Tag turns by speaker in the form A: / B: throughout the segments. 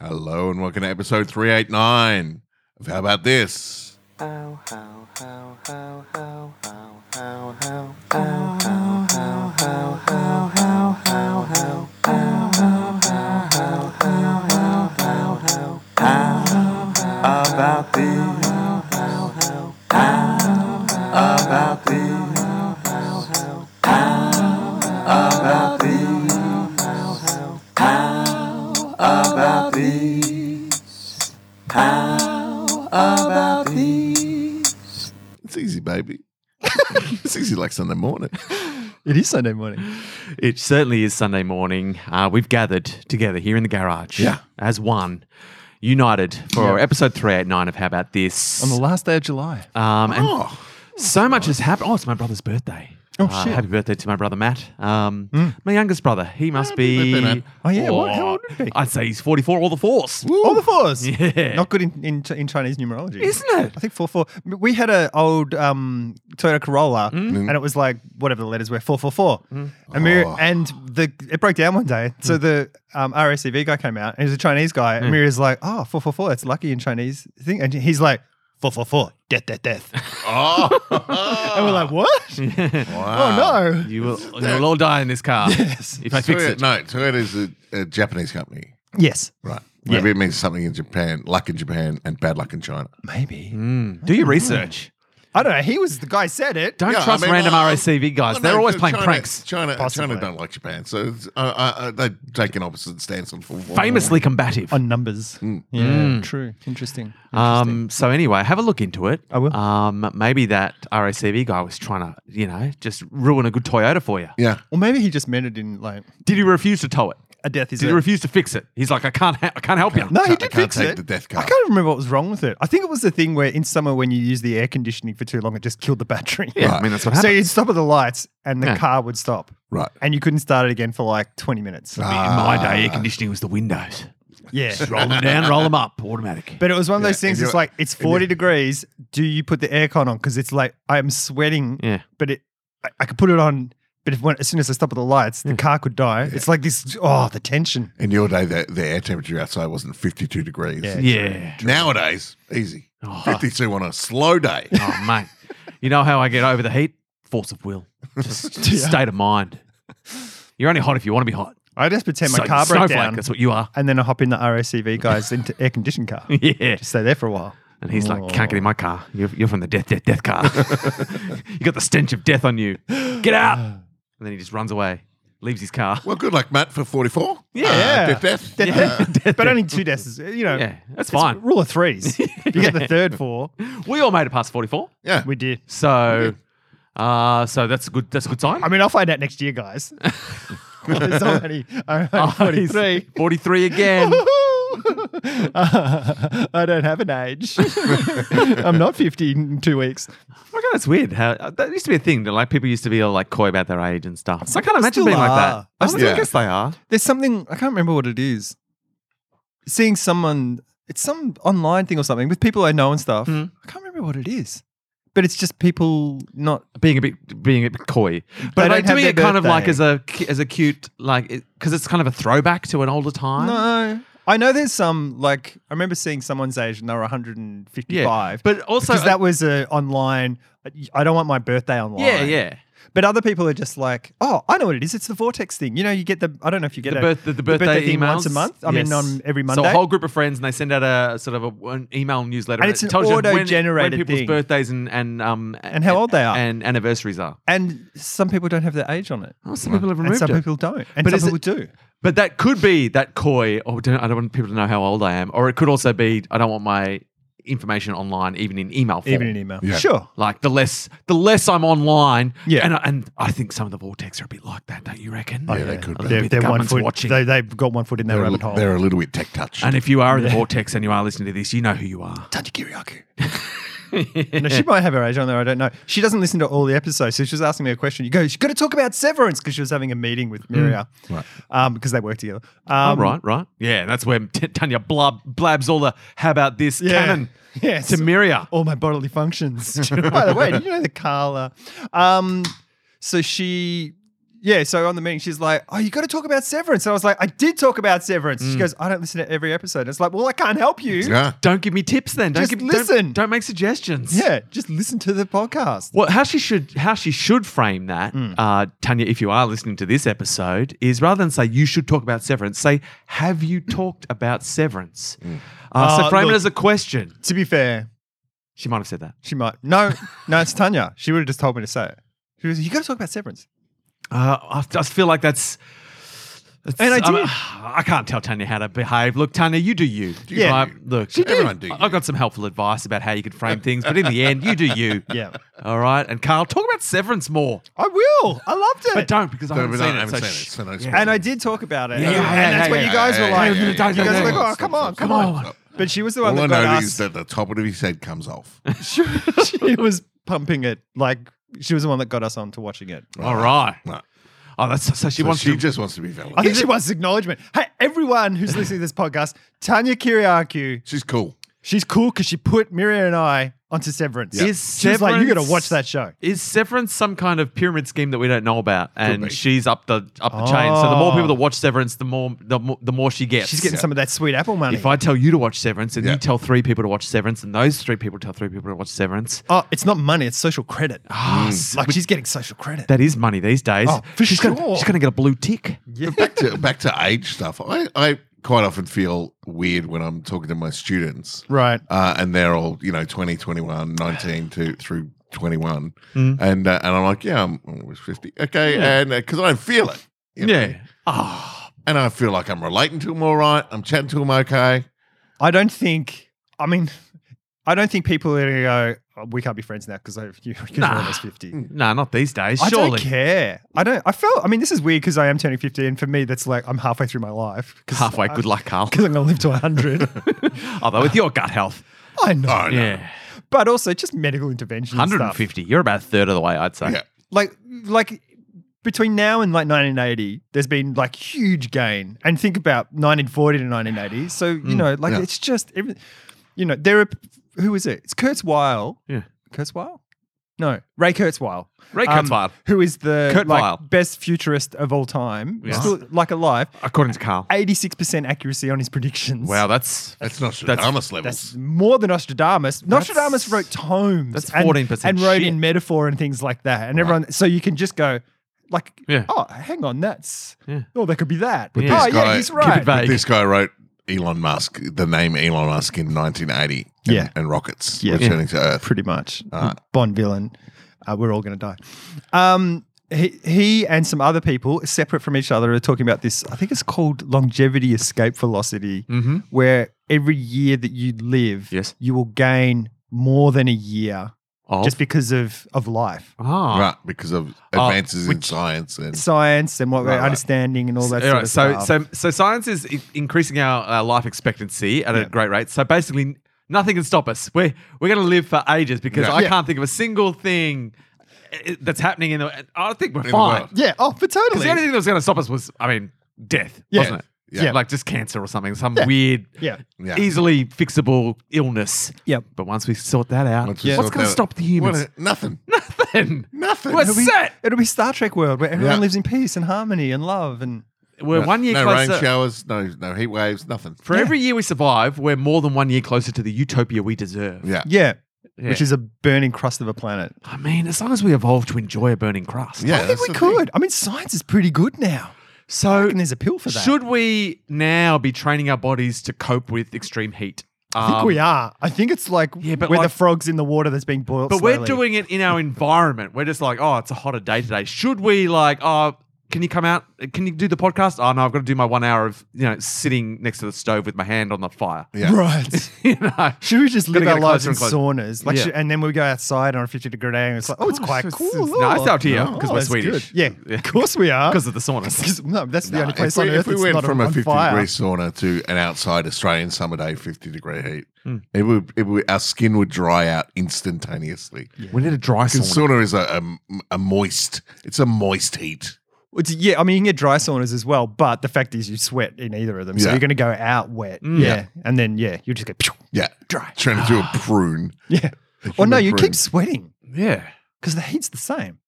A: Hello and welcome to episode 389 of How About This?
B: How how how how how how how how how how how how how how how how about this? How about this? How about this? How about this? How about this?
A: It's easy, baby. it's easy like Sunday morning.
C: It is Sunday morning.
D: It certainly is Sunday morning. Uh, we've gathered together here in the garage.
A: Yeah.
D: As one, united for episode 389 of How About This?
C: On the last day of July.
D: um, and
A: Oh,
D: so much has happened. Oh, it's my brother's birthday.
C: Oh,
D: Uh,
C: shit. Hmm.
D: Happy birthday to my brother, Matt. Um, My youngest brother. He must
A: Happy
D: be.
A: birthday, Matt.
C: Oh, yeah, what- how old would he be?
D: I'd say he's 44, all the force.
C: All the fours.
D: Yeah.
C: Not good in, in, Ch- in Chinese numerology.
D: Isn't it?
C: I think 4 4. We had an old um, Toyota Corolla
D: Mm.
C: and it was like whatever the letters were 444. And, we,
A: Oh.
C: and the it broke down one day.
D: Mm.
C: So the um, RSCV guy came out and he was a Chinese guy. And we was like, oh, 444. That's lucky in Chinese thing. And he's like, 444. Death, death, death.
A: oh,
C: and we're like, what?
A: wow.
C: Oh, no.
D: You will, you will all die in this car yes. if I fix
A: Toyota-
D: it.
A: No, Toyota is a, a Japanese company.
C: Yes.
A: Right.
C: Yeah.
A: Maybe it means something in Japan, luck in Japan, and bad luck in China.
C: Maybe.
D: Mm. Do your research.
C: I don't know. He was the guy said it.
D: Don't
A: Yeah, I
D: trust
A: mean,
D: random
A: uh,
D: RACV guys.
A: Well,
D: They're
A: no,
D: always
A: Ch-
D: playing
A: China,
D: pranks.
A: China,
C: Possibly.
A: China don't like Japan, so it's, uh, uh, uh, they take an opposite stance on
D: Famously combative.
C: on numbers. Yeah,
D: Mm.
C: true. Interesting. Interesting.
D: Um, so anyway, have a look into it.
C: I will.
D: Um, maybe that RACV guy was trying to, you know, just ruin a good Toyota for you.
A: Yeah.
C: or maybe he just meant it in like
D: Did he refuse to tow it?
C: a death is
D: Did
C: a-
D: he refuse to fix it? He's like, I can't, ha- I can't help you.
C: No, he
A: Can't-
C: did
A: I can't
C: fix
A: take
C: it.
A: the death
C: I
A: card.
C: can't remember what was wrong with it. I think it was the thing where in summer when you use the air conditioning for too long, it just killed the battery.
D: Yeah, I mean that's what
C: So
D: happened.
C: you'd stop at the lights and the
D: Yeah.
C: car would stop.
A: Right.
C: And you couldn't start it again for like 20 minutes.
D: In my day, air conditioning was the windows.
C: Yeah.
D: Roll them down, roll them up, automatic.
C: But it was one of
A: Yeah,
C: those things.
A: and
C: It's
A: you're-
C: like it's forty degrees. Do you put the aircon on? Because it's like I'm sweating.
D: Yeah.
C: But it, I, I could put it on. But if when, as soon as I stop at the lights, the car could die. It's like this. Oh, the tension.
A: In your day, the, the air temperature outside wasn't 52 degrees.
C: Yeah.
D: yeah.
A: Nowadays, easy.
D: Oh.
A: 52 on a slow day.
D: Oh mate, you know how I get over the heat? Force of will, just, just state of mind. You're only hot if you want to be hot.
C: I just pretend my
D: So-
C: car broke
D: snowflake,
C: down,
D: that's what you are.
C: and then I hop in the RACV guys into air conditioned car.
D: Yeah.
C: Just stay there for a while.
D: And he's like, can't get in my car. You're, you're from the death, death, death car. you got the stench of death on you. Get out. And then he just runs away, leaves his car.
A: Well, good luck, Matt, for 44.
D: Yeah.
A: Uh, death, death.
C: Death,
A: Uh,
C: death. but only two deaths. You know,
D: Yeah, that's
C: it's
D: fine.
C: Rule of threes. If you get the third four.
D: We all made it past 44.
A: yeah.
C: We did.
D: So. Uh, so that's a good. That's a good sign.
C: I mean, I'll find out next year, guys. There's already, I'm
D: Oh,
C: only
D: he's
C: 43.
D: 43 again.
C: Uh, I don't have an age. I'm not 50 in two weeks.
D: Oh my god, that's weird. How uh, that used to be a thing that like people used to be all, like coy about their age and stuff. I can't imagine
C: still
D: being like
C: are.
D: that. I,
C: I
D: still,
A: still-
D: guess they are.
C: There's something, I can't remember what it is. Seeing someone, it's some online thing or something with people I know and stuff.
D: Mm.
C: I can't remember what it is. But it's just people not.
D: Being a bit being a bit coy, but
C: They
D: are
C: don't
D: they
C: have
D: doing
C: their
D: it kind of like
C: birthday.
D: as a cu- as a cute like because it's kind of a throwback to an older time.
C: No. I know there's some, like, I remember seeing someone's age and they were 155.
D: Yeah, but also
C: because that was a online. I don't want my birthday online.
D: yeah, yeah.
C: But other people are just like, oh, I know what it is. It's the vortex thing. You know, you get the. I don't know if you get
D: The,
C: a-
D: birth, the, birthday,
C: thing
D: emails
C: once a month. I mean,
D: Yes.
C: on every Monday.
D: So a whole group of friends, and they send out a sort of a, an email newsletter,
C: And it's
D: it
C: an
D: tells you when-
C: auto-generated
D: when, people's
C: thing.
D: birthdays and and um
C: And how old they are.
D: and anniversaries are.
C: and some people don't have their age on it.
D: Oh, some people have
C: And
D: removed
C: some
D: it.
C: people don't. And
D: But
C: some
D: is it-
C: people do.
D: But that could be that coy. Oh, don't, I don't want people to know how old I am. Or it could also be I don't want my information online, even in email form.
C: Even in e- email.
A: Yeah.
C: Sure.
D: like the less the less I'm online.
C: Yeah. Oh,
D: and I, and I think some of the vortex are a bit like that, don't you reckon?
A: yeah, they could
D: A
A: be.
D: little
C: They're,
D: bit the
C: they're one
D: government's
C: foot.
D: watching.
C: They, they've got one foot in their
A: They're, a
C: rabbit
A: li-
C: hole.
A: they're a little bit tech touched.
D: and if you are in the vortex and you are listening to this, you know who you are.
C: No, she might have her age on there. I don't know. She doesn't listen to all the episodes. So she was asking me a question. You go, you've got to talk about severance because she was having a meeting with Miria.
A: Hmm. Right.
C: Um, because they work together.
D: Oh,
C: Um,
D: right, right. Yeah, that's where T- Tanya blab, blabs all the how about this
C: Yeah.
D: cannon
C: Yes.
D: to Miria.
C: all my bodily functions. By the way, did you know the Carla? Um, so she yeah, so on the meeting, she's like, "Oh, you got to talk about Severance." And I was like, "I did talk about Severance."
A: Hmm.
C: She goes, "I don't listen to every episode." And it's like, "Well, I can't help you.
A: Yeah.
D: Don't give me tips then. Don't
C: Just
D: give,
C: listen.
D: Don't, don't make suggestions.
C: Yeah, just listen to the podcast."
D: Well, how she should how she should frame that,
C: Hmm.
D: uh, Tanya, if you are listening to this episode, is rather than say you should talk about severance, say have you talked about severance? Uh,
C: Uh,
D: so frame
C: look-
D: it as a question.
C: To be fair,
D: She might have said that.
C: she might. No, no, it's Tanya. She would have just told me to say it. She was, "You got to talk about Severance."
D: Uh, I just feel like that's. that's-
C: And I
D: I'm-
C: did.
D: I can't tell Tanya how to behave. Look, Tanya, you do you.
C: Yeah.
D: Right? Look,
A: She did. Everyone do
D: I-
A: you.
D: I got some helpful advice about how you could frame things, but in the end, you do you.
C: Yeah,
D: All right. And Carl, talk about severance more,
C: I will. I loved it.
D: but don't because I
A: No,
D: haven't
A: but I
D: seen it.
A: haven't
D: so
A: seen it,
D: shh.
A: so no
D: Yeah.
A: spoilers.
C: and I did talk about it.
D: Yeah,
C: and
D: yeah, yeah,
C: that's
D: yeah,
C: what
D: yeah,
C: you guys
A: yeah,
C: were
A: yeah,
C: like.
A: yeah,
C: You
A: yeah,
C: guys
A: yeah,
C: were
A: yeah.
C: like, "Oh,
A: Stop,
C: come
A: stop,
C: on,
A: stop,
C: come on."
A: stop.
C: But she was the one
A: All I
C: that
A: know
C: got
A: is
C: us.
A: that the top of his head comes off.
C: she, she was pumping it like she was the one that got us on to watching it.
D: All right.
A: Right.
D: Oh, that's so she
A: So
D: wants
A: she
D: to.
A: just wants to be
C: I
A: validated.
C: think she wants acknowledgement. Hey, everyone who's listening to this podcast, Tanya Kiriakou,
A: She's cool.
C: she's cool because she put Miriam and I onto Severance.
D: Is
C: She's like, you got to
D: Severance-
C: watch that show.
D: Is Severance some kind of pyramid scheme that we don't know about?
A: be.
D: And she's up the up the chain. So the more
C: Oh.
D: people that watch Severance, the more the more, the more she gets.
C: She's getting some of that sweet apple money.
D: If I tell you to watch Severance, and
A: Yeah.
D: you tell three people to watch Severance, and those three people tell three people to watch Severance,
C: oh, it's not money, it's social credit. Mm.
D: Ah, s-
C: Like she's getting social credit.
D: that is money these days.
C: Oh, for
D: she's
C: sure.
D: Gonna, she's going to get a blue tick.
A: But back to back to age stuff. I, I quite often feel weird when I'm talking to my students.
C: right.
A: Uh, and they're all, you know, 20, 21, 19 to, through 21.
C: Mm.
A: And uh, and I'm like, yeah, I'm almost 50. Okay. And because I don't feel it. you know.
D: Oh,
A: And I feel like I'm relating to them all right. I'm chatting to them okay.
C: I don't think, I mean, I don't think people are going to go, oh, we can't be friends now because you're
D: Nah.
C: almost 50.
D: no, not these days.
C: I
D: surely.
C: don't care. I don't. I felt. I mean, this is weird because I am turning fifty, and for me, that's like I'm halfway through my life. Cause
D: Halfway. Good luck, Carl.
C: Because I'm going to live to hundred.
D: Although with your gut health,
C: I know.
A: Oh, no.
D: yeah,
C: But also just medical intervention. and stuff.
D: 150. You're about a third of the way, I'd say.
A: Yeah.
C: Like, like between now and like 1980, there's been like huge gain. And think about 1940 to 1980. So you know, like
A: Yeah.
C: it's just, every, you know, there are. Who is it? It's Kurzweil.
D: Yeah.
C: Kurzweil. No, Ray Kurzweil.
D: Ray
C: Um,
D: Kurzweil.
C: who is the
D: Kurzweil.
C: like, best futurist of all time,
D: Yes.
C: still like alive.
D: According to Carl.
C: 86% accuracy on his predictions.
D: Wow, that's
A: That's not Stradamus
C: That's
A: levels.
C: more than Nostradamus. Nostradamus wrote tomes.
D: that's
C: and-
D: 14%
C: And, wrote
D: shit.
C: in metaphor and things like that. And everyone, so you can just go, like,
D: Yeah.
C: oh, hang on, that's,
D: Yeah.
C: oh, there could be that.
D: But
C: Oh,
A: this
C: yeah,
A: guy-
C: he's
A: Keep
C: right.
D: it vague.
A: This guy wrote Elon Musk, the name Elon Musk in 1980. and-
C: Yeah.
A: And rockets
C: Yeah.
A: returning to Earth.
C: Pretty much.
D: Hmm.
A: Alright.
C: Bond villain. Uh, we're all going to die. Um, he, he and some other people, separate from each other, are talking about this. I think it's called longevity escape velocity,
D: mm-hmm.
C: where every year that you live,
D: Hmm. Yes.
C: you will gain more than a year
D: of-
C: just because of of life,
D: Ah.
A: Right, because of advances in science and
C: science, and what
A: Right,
C: we're
A: right.
C: understanding, and all that.
D: All
C: sort
D: right,
C: of
D: so,
C: stuff.
D: so so science is i- increasing our uh, life expectancy at
C: Yeah.
D: a great rate. So basically, nothing can stop us. We're we're going to live for ages because
A: Yeah.
D: I
C: Yeah.
D: can't think of a single thing uh, that's happening in the. I think we're
A: the
D: fine
A: world.
C: yeah, oh, for
D: because
C: totally.
D: the only thing that was going to stop us was, I mean, death,
C: Yeah.
D: wasn't it?
A: Yeah.
D: like just cancer or something, some
C: Yeah.
D: weird,
C: yeah,
A: Yeah.
D: easily fixable illness.
C: yeah.
D: But once we sort that out,
A: Once we
D: what's
A: sort
D: going to
A: that-
D: stop the humans?
A: What a- nothing.
D: Nothing.
A: Nothing.
D: We're
A: It'll be-
D: set.
C: It'll be Star Trek world where everyone
A: Yeah.
C: lives in peace and harmony and love and.
D: We're one year
A: no
D: closer.
A: rain showers, no no heat waves, nothing.
D: For every year we survive, we're more than one year closer to the utopia we deserve.
A: Yeah.
C: Yeah.
D: Yeah.
C: Which is a burning crust of a planet.
D: I mean, as long as we evolve to enjoy a burning crust.
A: Yeah.
C: I think
A: that's
C: we
A: the thing.
C: could. I mean, science is pretty good now.
D: So,
C: And there's a pill for that.
D: should we now be training our bodies to cope with extreme heat?
C: I think
D: Um,
C: we are. I think it's like
D: Yeah, but
C: we're the
D: like-
C: frogs in the water that's being boiled.
D: But we're
C: slowly.
D: doing it in our environment. We're just like, oh, it's a hotter day today. Should we like, oh, can you come out? Can you do the podcast? Oh no, I've got to do my one hour of you know sitting next to the stove with my hand on the fire.
A: Yeah.
C: right.
D: you know,
C: Should we just
D: Gotta
C: live
D: get
C: our lives
D: closer
C: in
D: and closer.
C: saunas, like,
D: Yeah.
C: should- and then we go outside on a fifty degree day, and it's like, oh, it's quite
D: it's-
C: cool.
D: it's nice
C: Oh,
D: out here,
C: oh,
D: 'cause we're
C: that's
D: Swedish.
C: Yeah,
D: Yeah.
C: of course we are.
D: because of the saunas.
C: 'Cause- no, that's the
A: Nah,
C: only
A: if
C: place
A: we-
C: on
A: if
C: earth
A: we
C: that's
A: went
C: not
A: from
C: on
A: a 50
C: fire.
A: degree sauna to an outside Australian summer day, 50 degree heat,
C: Hmm.
A: it would, it would, our skin would dry out instantaneously.
D: We need a dry
A: Because
D: sauna.
A: sauna is a, a, a moist, it's a moist heat.
C: Well, it's- yeah, I mean, you can get dry saunas as well, but the fact is, you sweat in either of them, so
A: Yeah. Mm.
C: you're going to go out wet. Yeah. and then yeah, you just go. Pew,
A: Yeah. Dry. Trying to
C: Ah.
A: do a prune.
C: yeah,
A: A
C: or no,
A: human
C: you
A: prune.
C: keep sweating
D: Yeah.
C: because the heat's the same.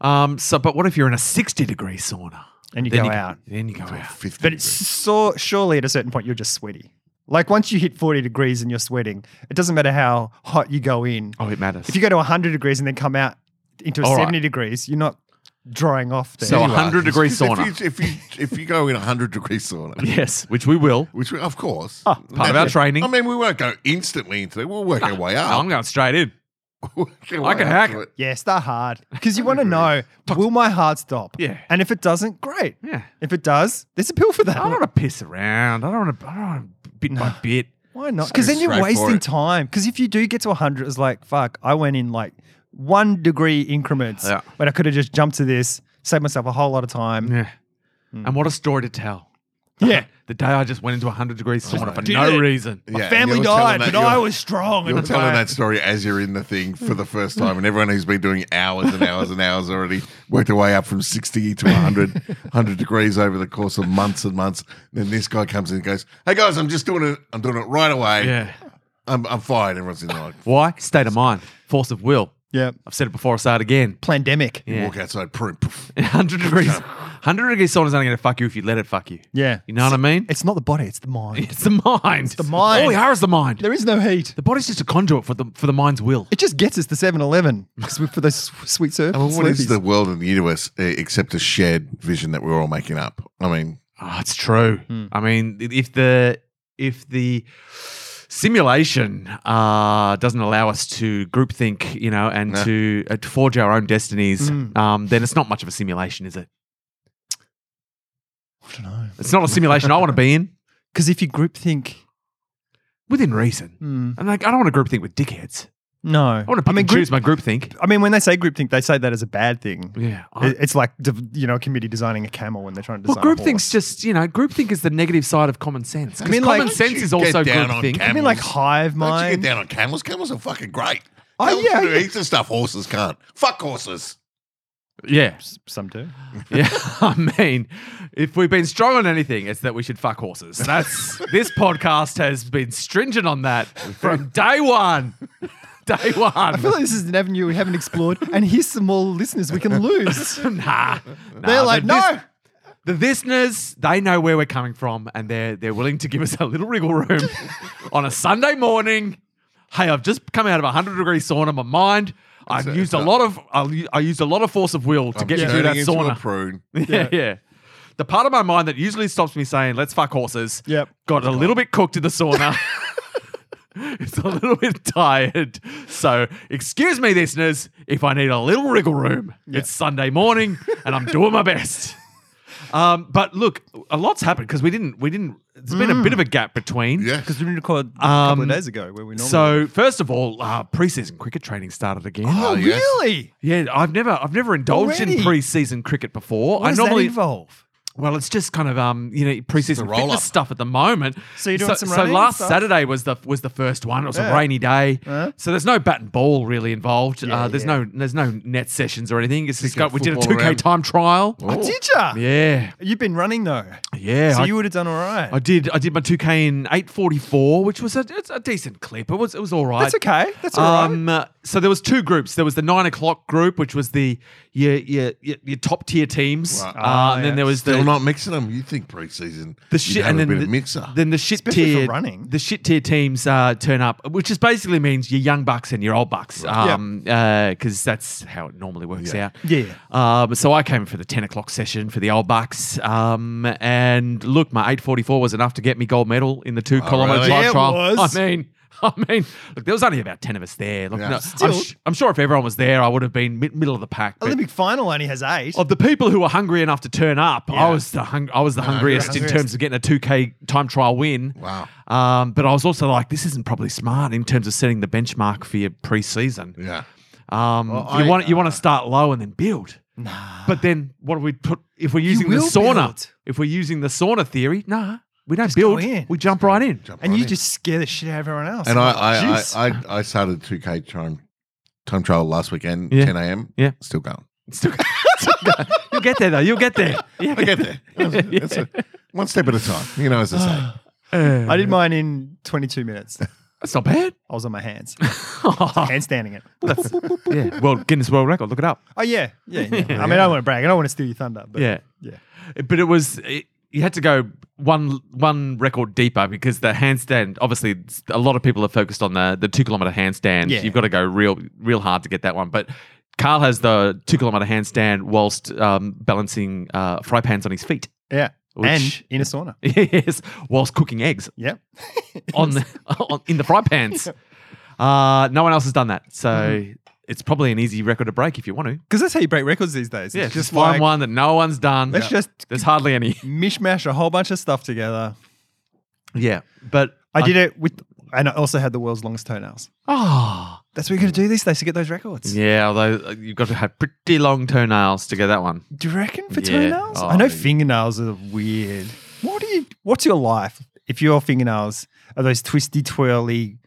D: Um, so, but what if you're in a 60 degree sauna?
C: and you
D: Then
C: go
D: you go-
C: out.
D: Then you go out.
A: 50
C: But it's so surely at a certain point you're just sweaty. Like once you hit 40 degrees and you're sweating, it doesn't matter how hot you go in.
D: Oh, it matters.
C: If you go to 100 degrees and then come out into
D: All right.
C: 70 degrees, you're not drying off there.
D: So
A: You are,
D: 100 degree
A: 'cause if
D: sauna.
A: you- If you, if you go in a hundred degree sauna,
D: yes, which we will.
A: which we, of course
C: Ah,
D: part of our training.
A: I mean, we won't go instantly into it. We'll work our way up.
D: I'm going straight in.
A: Work our
D: I
A: way
D: can
A: up
D: hack
A: to
D: it.
C: yes, they're hard. Because you want to know, will my heart stop?
D: Yeah.
C: And if it doesn't, great.
D: Yeah.
C: If it does, there's a pill for that.
D: I don't want to piss around. I don't want to. I don't want to bit by bit.
C: Why not?
A: So
C: Because then you're
A: straight for
C: wasting
A: it.
C: time. Because if you do get to 100, it's like, fuck, I went in like one degree increments
D: Yeah.
C: when I could have just jumped to this, saved myself a whole lot of time.
D: Yeah. And what a story to tell.
C: Yeah.
D: The day I just went into a 100 degrees sauna for
C: did
D: no
C: it.
D: reason.
A: Yeah, and
C: Family
A: you're telling
C: died,
A: that-
C: but I
A: you're-
C: was strong.
A: You're
C: and
A: telling
C: I-
A: that story as you're in the thing for the first time, and everyone who's been doing hours and hours and hours already worked their way up from 60 to 100, 100 degrees over the course of months and months. Then this guy comes in and goes, Hey guys, I'm just doing it. I'm doing it right away.
D: Yeah.
A: I'm, I'm fired. Everyone's in like,
D: Why? State of mind, force of will.
C: Yeah.
D: I've said it before. I say it again.
C: Pandemic.
A: you
D: Yeah.
A: walk outside, prune. poof.
D: 100 degrees. 100 degrees sauna's only going to fuck you if you let it fuck you.
C: Yeah.
D: You know what I mean?
C: It's not the body, it's the mind.
D: It's the mind. It's the
C: mind.
D: All we are is the mind.
C: there is no heat.
D: The body's just a conduit for the for the mind's will.
C: It just gets us to 7 Eleven because we're for those sw- sweet surf.
A: I mean, what is
C: Slurpees.
A: the world and the universe uh, except a shared vision that we're all making up? I mean,
D: Oh, it's true. I mean, if the if the simulation uh, doesn't allow us to groupthink, you know, and
A: Nah.
D: to, uh, to forge our own destinies,
C: Mm.
D: um, then it's not much of a simulation, is it?
C: I don't know.
D: It's not a simulation I want to be in
C: Because if you groupthink,
D: within reason.
C: hmm,
D: And like, I don't want to groupthink with dickheads.
C: no.
D: I want to pick
C: I mean,
D: and
C: group-
D: choose my groupthink.
C: I mean, when they say groupthink, they say that as a bad thing.
D: Yeah. I-
C: It- It's like div- you know, a committee designing a camel when they're trying to
D: well,
C: design. a horse.
D: groupthink's just you know, groupthink is the negative side of common sense. I
C: mean,
D: mean,
C: like-
D: common sense
A: Don't
D: is
A: you
D: also
A: get down on
D: groupthink.
A: cam-
C: I mean, like
A: Camels.
C: hive
A: don't you get
C: mind.
A: down on camels? Camels are fucking great.
C: Oh,
A: Camels
C: yeah,
A: can do
C: yeah.
A: heaps of stuff horses can't. Fuck horses.
D: Yeah,
C: S- Some do.
D: yeah. I mean, if we've been strong on anything, it's that we should fuck horses. That's this podcast has been stringent on that from day one. Day
C: I feel
D: one.
C: like this is an avenue we haven't explored, and here's some more listeners we can lose.
D: Nah, nah,
C: They're like,
D: the lis-
C: no.
D: the listeners, they know where we're coming from, and they're they're willing to give us a little wriggle room on a Sunday morning. Hey, I've just come out of a hundred degree sauna. My mind, I
A: It's a-
D: used a
A: it's a-
D: lot of I'll u- I used a lot of force of will to
A: I'm
D: get me through
A: turning
D: that
A: into a
D: sauna.
A: prune.
D: yeah, yeah. The part of my mind that usually stops me saying "let's fuck horses"
C: Yep.
D: got a little bit cooked in the sauna. it's a little bit tired, so excuse me, listeners, if I need a little wriggle room. It's Sunday morning, and I'm doing my best. Um, but look, a lot's happened because we didn't. We didn't. There's been a bit of a gap between.
A: Yeah.
C: Because we recorded a
D: couple
C: couple
D: of
C: of
D: days
C: days ago where we normally.
D: So first of all, uh, preseason cricket training started again.
A: Oh, yeah.
C: really?
D: Yeah, I've never, I've never indulged in
C: Already?
D: preseason cricket before.
C: What
D: I
C: does
D: normally
C: that involve?
D: well, it's just kind of um, you know, preseason
A: roll-up.
D: fitness stuff at the moment.
C: So you're doing some
D: so
C: running and
D: last
C: stuff?
D: Saturday was the was the first one. It was a
C: Yeah.
D: rainy day,
C: Huh?
D: so there's no bat and ball really involved.
C: Yeah,
D: uh, there's
C: yeah.
D: no there's no net sessions or anything. It's just
A: Kicking
D: got, we did a two
A: football
D: k
A: around.
D: time trial.
A: Oh.
C: Did ya?
D: Yeah,
C: You've been running though,
D: yeah.
C: so
D: I,
C: you would have done all right.
D: I did I did my two k in eight forty four, which was a it's a decent clip. It was it was all right.
C: That's okay. That's all right.
D: Um, uh, so there was two groups. There was the nine o'clock group, which was the your your, your, your top tier teams,
A: Right.
D: uh,
C: Ah,
D: and then
C: yeah.
D: there was
A: Still
D: the
A: not mixing them. You think preseason?
D: the
A: you'd
D: shit
A: have a
D: and then
A: bit
D: the,
A: of mixer.
D: then the shit
C: Especially for
D: tier
C: running.
D: the shit tier teams uh, turn up, which just basically means your young bucks and your old bucks,
C: Yeah.
D: um, because that's how it normally works
A: Yeah.
D: out.
C: Yeah.
D: Um, so I came for the ten o'clock session for the old bucks, um, and look, my eight forty four was enough to get me gold medal in the two kilometer
A: Oh, really?
D: time
C: Yeah, it
D: trial.
C: was.
D: I mean. I mean, look, there was only about 10 of us there. Look,
A: Yeah.
D: no, I'm,
C: Still.
D: sh- I'm sure if everyone was there, I would have been mid- middle of the pack. but-
C: Olympic final only has eight.
D: of the people who were hungry enough to turn up, I was the hung- I was the hungriest in
C: hungriest.
D: terms of getting a two k time trial win.
A: Wow.
D: Um, but I was also like, this isn't probably smart in terms of setting the benchmark for your preseason.
A: yeah.
D: Um,
A: Well,
D: you
A: I-
D: want you want to start low and then build. Nah. But then what do we put if we're using the
C: will
D: sauna?
C: build.
D: If we're using the sauna theory, nah, we don't
C: go
D: build.
C: in.
D: We jump right in.
A: Jump
C: and
A: right
C: you
A: in.
C: just scare the shit out of everyone else.
A: and I
C: I'm like,
A: I,
C: "Jeez."
A: I I I started two k time time trial last weekend,
D: Yeah.
A: ten a.m.
D: Yeah.
A: still going.
D: Still- you'll get there though. You'll get there. Yeah.
A: I get there. That's it. one step at a time. You know, as I say.
C: I did mine in 22 minutes.
D: That's not bad.
C: I was on my hands,
D: Oh.
C: handstanding it.
D: yeah. Well, Guinness World Record. Look it up.
C: Oh yeah, yeah. yeah. I mean, I don't want to brag. I don't want to steal your thunder. But
D: Yeah.
C: yeah.
D: But it was it, you had to go one one record deeper because the handstand. Obviously, a lot of people are focused on the the two kilometer handstand.
C: Yeah.
D: You've got to go real real hard to get that one. But Carl has the two kilometer handstand whilst um, balancing uh, fry pans on his feet.
C: Yeah.
D: Which-
C: and in a sauna.
D: yes, whilst cooking eggs
C: Yep.
D: on, the, on in the fry pans. Uh, no one else has done that, so
C: Mm-hmm.
D: it's probably an easy record to break if you want to.
C: Because that's how you break records these days.
D: Yeah,
C: It's
D: just find
C: like
D: one that no one's done.
C: Let's just
D: There's hardly any.
C: mishmash a whole bunch of stuff together.
D: Yeah, but
C: I did it with, and I also had the world's longest toenails.
D: Oh,
C: That's what you're going to do these days to get those records.
D: yeah. Although uh, you've got to have pretty long toenails to get that one.
C: Do you reckon for
D: Yeah.
C: toenails?
D: Oh,
C: I know
D: yeah.
C: fingernails are weird. What do you? What's your life if your fingernails are those twisty, twirly,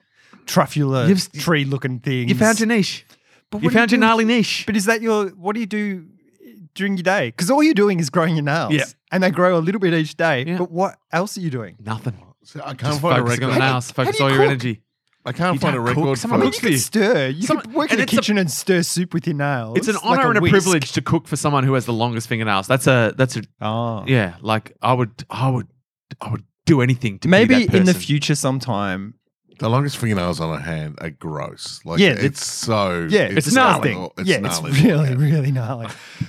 C: truffula,
D: You've s-
C: tree-looking things?
D: You found your niche.
C: But
D: You
C: what do
D: found your
C: do-
D: gnarly niche.
C: But is that your? What do you do during your day? Because all you're doing is growing your nails.
D: Yeah.
C: and they grow a little bit each day.
D: Yeah.
C: But what else are you doing?
D: Nothing.
C: Oh,
A: So I can't
D: Just
A: find a
D: focusing on
A: record.
D: the nails. Focus
C: do
D: all
C: you
D: your
C: cook?
D: energy.
A: I can't
D: You
A: find a
D: can't
A: record for
D: cook. Someone
C: I mean,
A: those.
D: Cooks
C: you can
D: these.
C: stir. You
D: Some-
C: could work in
D: and
C: the
D: it's a-
C: kitchen and stir soup with your nails.
D: It's an honor
C: like
D: and a
C: whisk.
D: privilege to cook for someone who has the longest fingernails. That's a that's a
C: Oh.
D: yeah. Like I would I would I would do anything to be
C: Maybe
D: that
C: in the
D: person.
C: future sometime.
A: The longest fingernails on a hand are gross. Like,
C: Yeah,
A: yeah, it's so.
C: Yeah,
D: It's
C: it's,
D: gnarly.
C: gnarly.
A: It's
C: yeah,
A: gnarly.
C: it's really, really gnarly.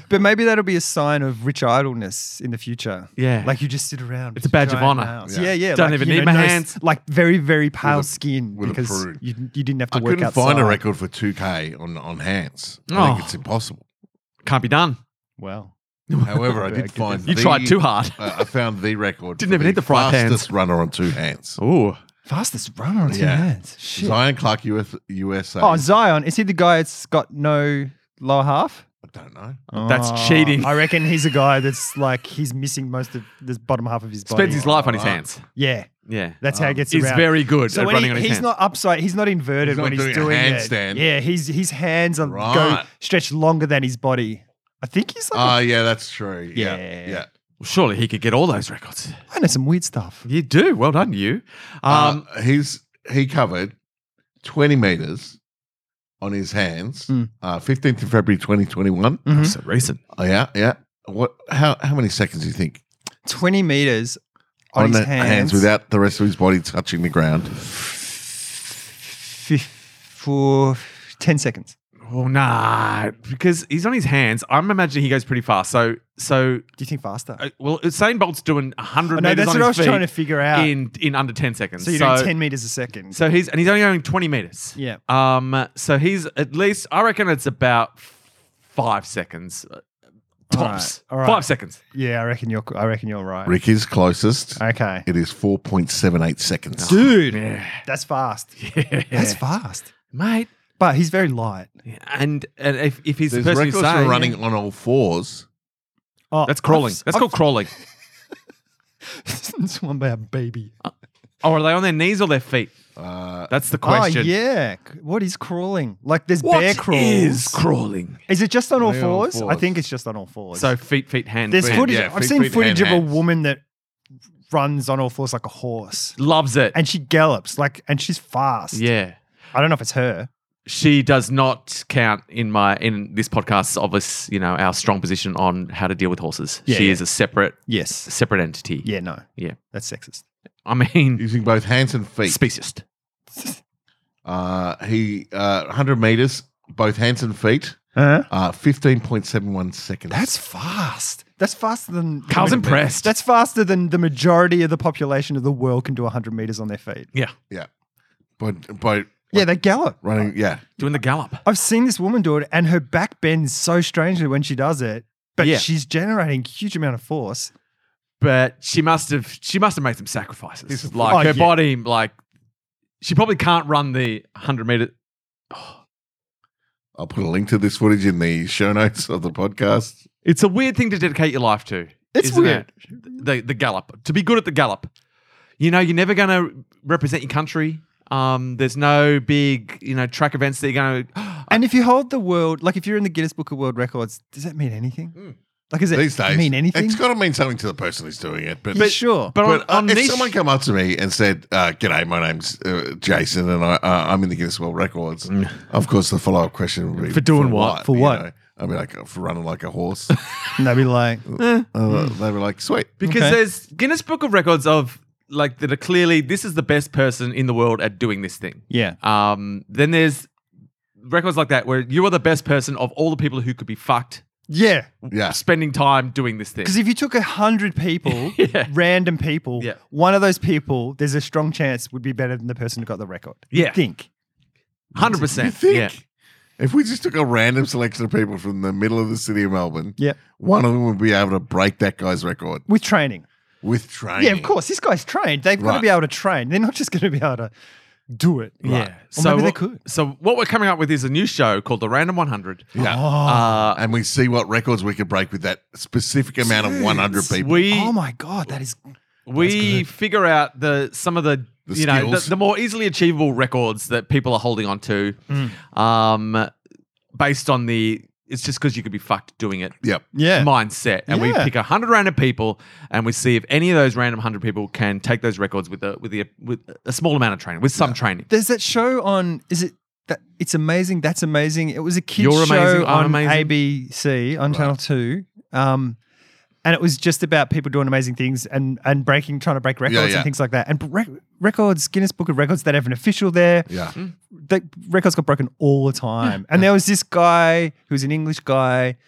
C: But maybe that'll be a sign of rich idleness in the future.
D: Yeah.
C: Like you just sit around.
D: It's
C: with
D: a badge of
C: giant
D: honor.
C: nails.
A: Yeah.
C: Yeah, yeah.
D: Don't
C: like,
D: even
C: you
D: need my hands.
C: Like very, very pale
A: a-
C: skin
A: with a
C: because
A: prude.
C: you, you didn't have to
A: I
C: work
A: couldn't
C: outside.
A: find a record for 2K on, on hands. I
D: Oh.
A: think it's impossible.
D: can't be done.
C: Wow.
A: However, I
C: I
A: did
C: could
A: find.
D: You
A: the-
D: tried too hard.
A: Uh, I I found the record.
D: Didn't
A: for
D: even need the Oh, fry pans.
A: fastest runner on two hands.
D: Ooh.
C: Fastest runner on two
A: Yeah.
C: hands. Shit.
A: Zion Clark, US, USA.
C: Oh, Zion. Is he the guy that's got no lower half?
A: I don't know.
D: That's
C: Oh,
D: cheating.
C: I reckon he's a guy that's like he's missing most of the bottom half of his body.
D: Spends his life on his
A: Wow.
D: hands.
C: Yeah,
D: Yeah.
C: that's how he gets
D: He's
C: around.
D: very good
C: so
D: at
C: when
D: running
C: he-
D: on his
C: he's
D: hands.
C: not upside, he's not inverted
A: He's not
C: when
A: doing
C: he's
A: a
C: doing
A: handstand.
C: it. Yeah, he's his hands are
A: Right.
C: go stretch longer than his body. I think he's like.
D: Uh,
A: Oh, yeah, that's true. Yeah.
C: Yeah.
A: Yeah.
D: Surely he could get all those records.
C: a, I know some weird stuff.
D: You do. Well done, you. Um,
A: Um, he's he covered 20 meters on his hands.
C: Mm.
A: Uh, 15th of February 2021.
C: Mhm.
D: So recent.
A: Oh, yeah, yeah. What how how many seconds do you think?
C: Twenty meters on, his
A: the
C: hands,
A: without the rest of his body touching the ground.
C: f- for ten seconds.
D: Well, nah, because he's on his hands. I'm imagining he goes pretty fast. So, so
C: Do you think faster?
D: uh, well, Usain Bolt's doing 100
C: I know
D: meters
C: that's
D: on
C: what I was
D: his feet
C: trying to figure out.
D: in in under 10 seconds.
C: so you're doing ten meters a second.
D: so he's and he's only going 20 meters.
C: yeah.
D: Um. So he's at least I reckon it's about five seconds uh,
C: All right,
D: tops.
C: all right.
D: Five seconds.
C: Yeah, I reckon you're. I reckon you're right.
A: Rick is closest.
C: Okay,
A: It is 4.78 seconds.
C: dude,
D: Yeah.
C: that's fast. That's
D: yeah.
C: fast.
D: Mate.
C: But he's very light.
D: And and if if he's
A: There's
D: the person
A: records
D: who's
A: for
D: saying,
A: running on all fours.
C: Oh,
D: That's crawling. That's called crawling.
C: Swan by a baby.
D: Or are they on their knees or their feet?
A: Uh,
D: That's the question.
C: Oh yeah. What is crawling? Like there's
D: What
C: bear crawls.
D: is crawling?
C: Is it just on all
A: They're on all
C: fours? I
A: fours.
C: think it's just on all fours.
D: So feet, feet, hands.
C: there's
D: feet.
C: footage.
A: yeah,
C: I've
A: feet-
C: seen
A: feet
C: footage of
A: and
C: a
A: hands.
C: woman that runs on all fours like a horse,
D: Loves it.
C: and she gallops like, and she's fast.
D: yeah.
C: I don't know if it's her.
D: She does not count in my in this podcast's obvious, you know, our strong position on how to deal with horses.
C: Yeah,
D: she
C: yeah.
D: is a separate
C: Yes.
D: separate entity.
C: Yeah. No.
D: Yeah.
C: That's sexist.
D: I mean
A: using both hands and feet.
D: speciest.
A: Uh, he uh, 100 meters, both hands and feet.
C: Huh?
A: Uh, 15.71 seconds.
C: That's fast. That's faster than.
D: Carl's impressed.
C: That's faster than the majority of the population of the world can do 100 meters on their feet.
D: yeah.
A: yeah. But but
C: Yeah, they gallop.
A: running, yeah.
D: Doing the gallop.
C: I've seen this woman do it, and her back bends so strangely when she does it, but
D: Yeah.
C: she's generating huge amount of force.
D: But she must have she must have made some
A: This
D: sacrifices.
A: is-
D: Like
C: Oh,
D: her
C: yeah.
D: body, like she probably can't run the hundred meter
A: I'll put a link to this footage in the show notes of the podcast.
D: It's a weird thing to dedicate your life to.
C: It's
D: isn't
C: weird.
D: it? The the gallop. To be good at the gallop. You know, you're never gonna represent your country. Um, there's no big, you know, track events that you're gonna
C: And if you hold the world, like if you're in the Guinness Book of World Records, does that mean anything? Like, is it
A: These days,
C: mean anything?
A: It's got to mean something to the person who's doing it. But
C: Yeah, sure.
D: But,
A: But
D: on, on
A: uh, if
D: niche,
A: someone come up to me and said, uh, "G'day, my name's uh, Jason, and I, uh, I'm in the Guinness World Records," of course the follow up question would be
D: For doing what?
C: For
A: you
C: what?
A: know? I'd be like, "For running like a horse."
C: and they'd be like,
A: uh, they were like, "Sweet."
D: because
C: Okay.
D: there's Guinness Book of Records of like that are clearly this is the best person in the world at doing this thing.
C: yeah,
D: Um, then there's records like that where you are the best person of all the people who could be fucked
C: yeah.
A: Yeah,
D: spending time doing this thing.
C: Because if you took a hundred people,
D: Yeah.
C: random people,
D: Yeah.
C: one of those people, there's a strong chance would be better than the person who got the record. You
D: Yeah.
C: think?
D: Hundred
A: you
D: percent.
A: think
D: Yeah.
A: if we just took a random selection of people from the middle of the city of Melbourne,
C: Yeah,
A: one of them would be able to break that guy's record
C: with training.
A: with training?
C: Yeah, of course. This guy's trained. They've got to
A: Right.
C: be able to train. They're not just going to be able to do it.
D: Yeah.
C: So maybe they
D: what,
C: could.
D: So what we're coming up with is a new show called the Random 100.
A: Yeah.
C: Oh,
D: Uh,
A: and we see what records we could break with that specific amount of 100 people.
D: we
C: oh my god, that is
D: we
C: good.
D: figure out the some of the,
A: The
D: you know the,
A: skills.
D: the more easily achievable records that people are holding on to, um, based on the it's just because you could be fucked doing it
A: Yep.
C: yeah.
D: mindset, and we
C: Yeah.
D: pick hundred random people, and we see if any of those random hundred people can take those records with a with the with a small amount of training, with some training.
C: There's that show on. Is it that? It's amazing. That's amazing. It was a kids
D: You're
C: show
D: Amazing, I'm
C: on
D: Amazing.
C: ABC on Channel Two. Um, and it was just about people doing amazing things and and breaking, trying to break records
A: yeah.
C: and things like that. And rec- records, Guinness Book of Records, they would have an official there.
A: Yeah.
C: the records got broken all the time. And there was this guy who was an English guy,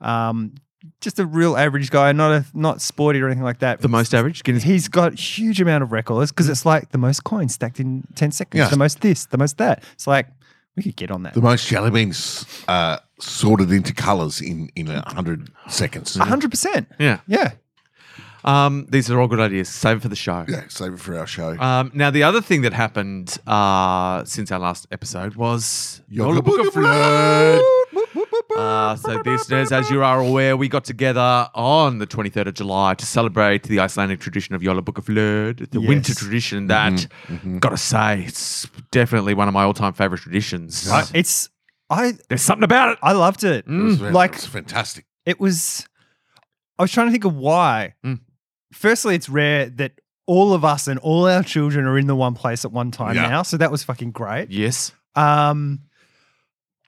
C: um, just a real average guy, not a not sporty or anything like that.
D: The most average Guinness.
C: He's got huge amount of records because it's like the most coins stacked in ten seconds,
A: Yeah.
C: the most this, the most that. It's like we could get on that.
A: The most jelly beans uh, sorted into colors in, in 100 seconds.
C: hundred percent.
D: Yeah.
C: Yeah.
D: Um, these are all good ideas. Save it for the show.
A: Yeah, save it for our show.
C: Uh,
D: Um, now, the other thing that happened uh, since our last episode was
A: Yoga
D: Yoga Book
A: Booga
D: of Flood. Uh, so, listeners, as you are aware, we got together on the 23rd of July to celebrate the Icelandic tradition of Yola Book of Lörd, the
C: Yes. Mm-hmm.
D: winter tradition that, gotta say, it's definitely one of my all time favorite traditions.
A: Yeah.
C: It's I
D: There's something about it.
C: I loved it.
D: Mm.
A: It was fan-
C: Hmm. like-
A: it was fantastic.
C: it was i was trying to think of why
D: Mm.
C: firstly it's rare that all of us and all our children are in the one place at one time
A: Yeah.
C: now so that was fucking great
D: Yes.
C: um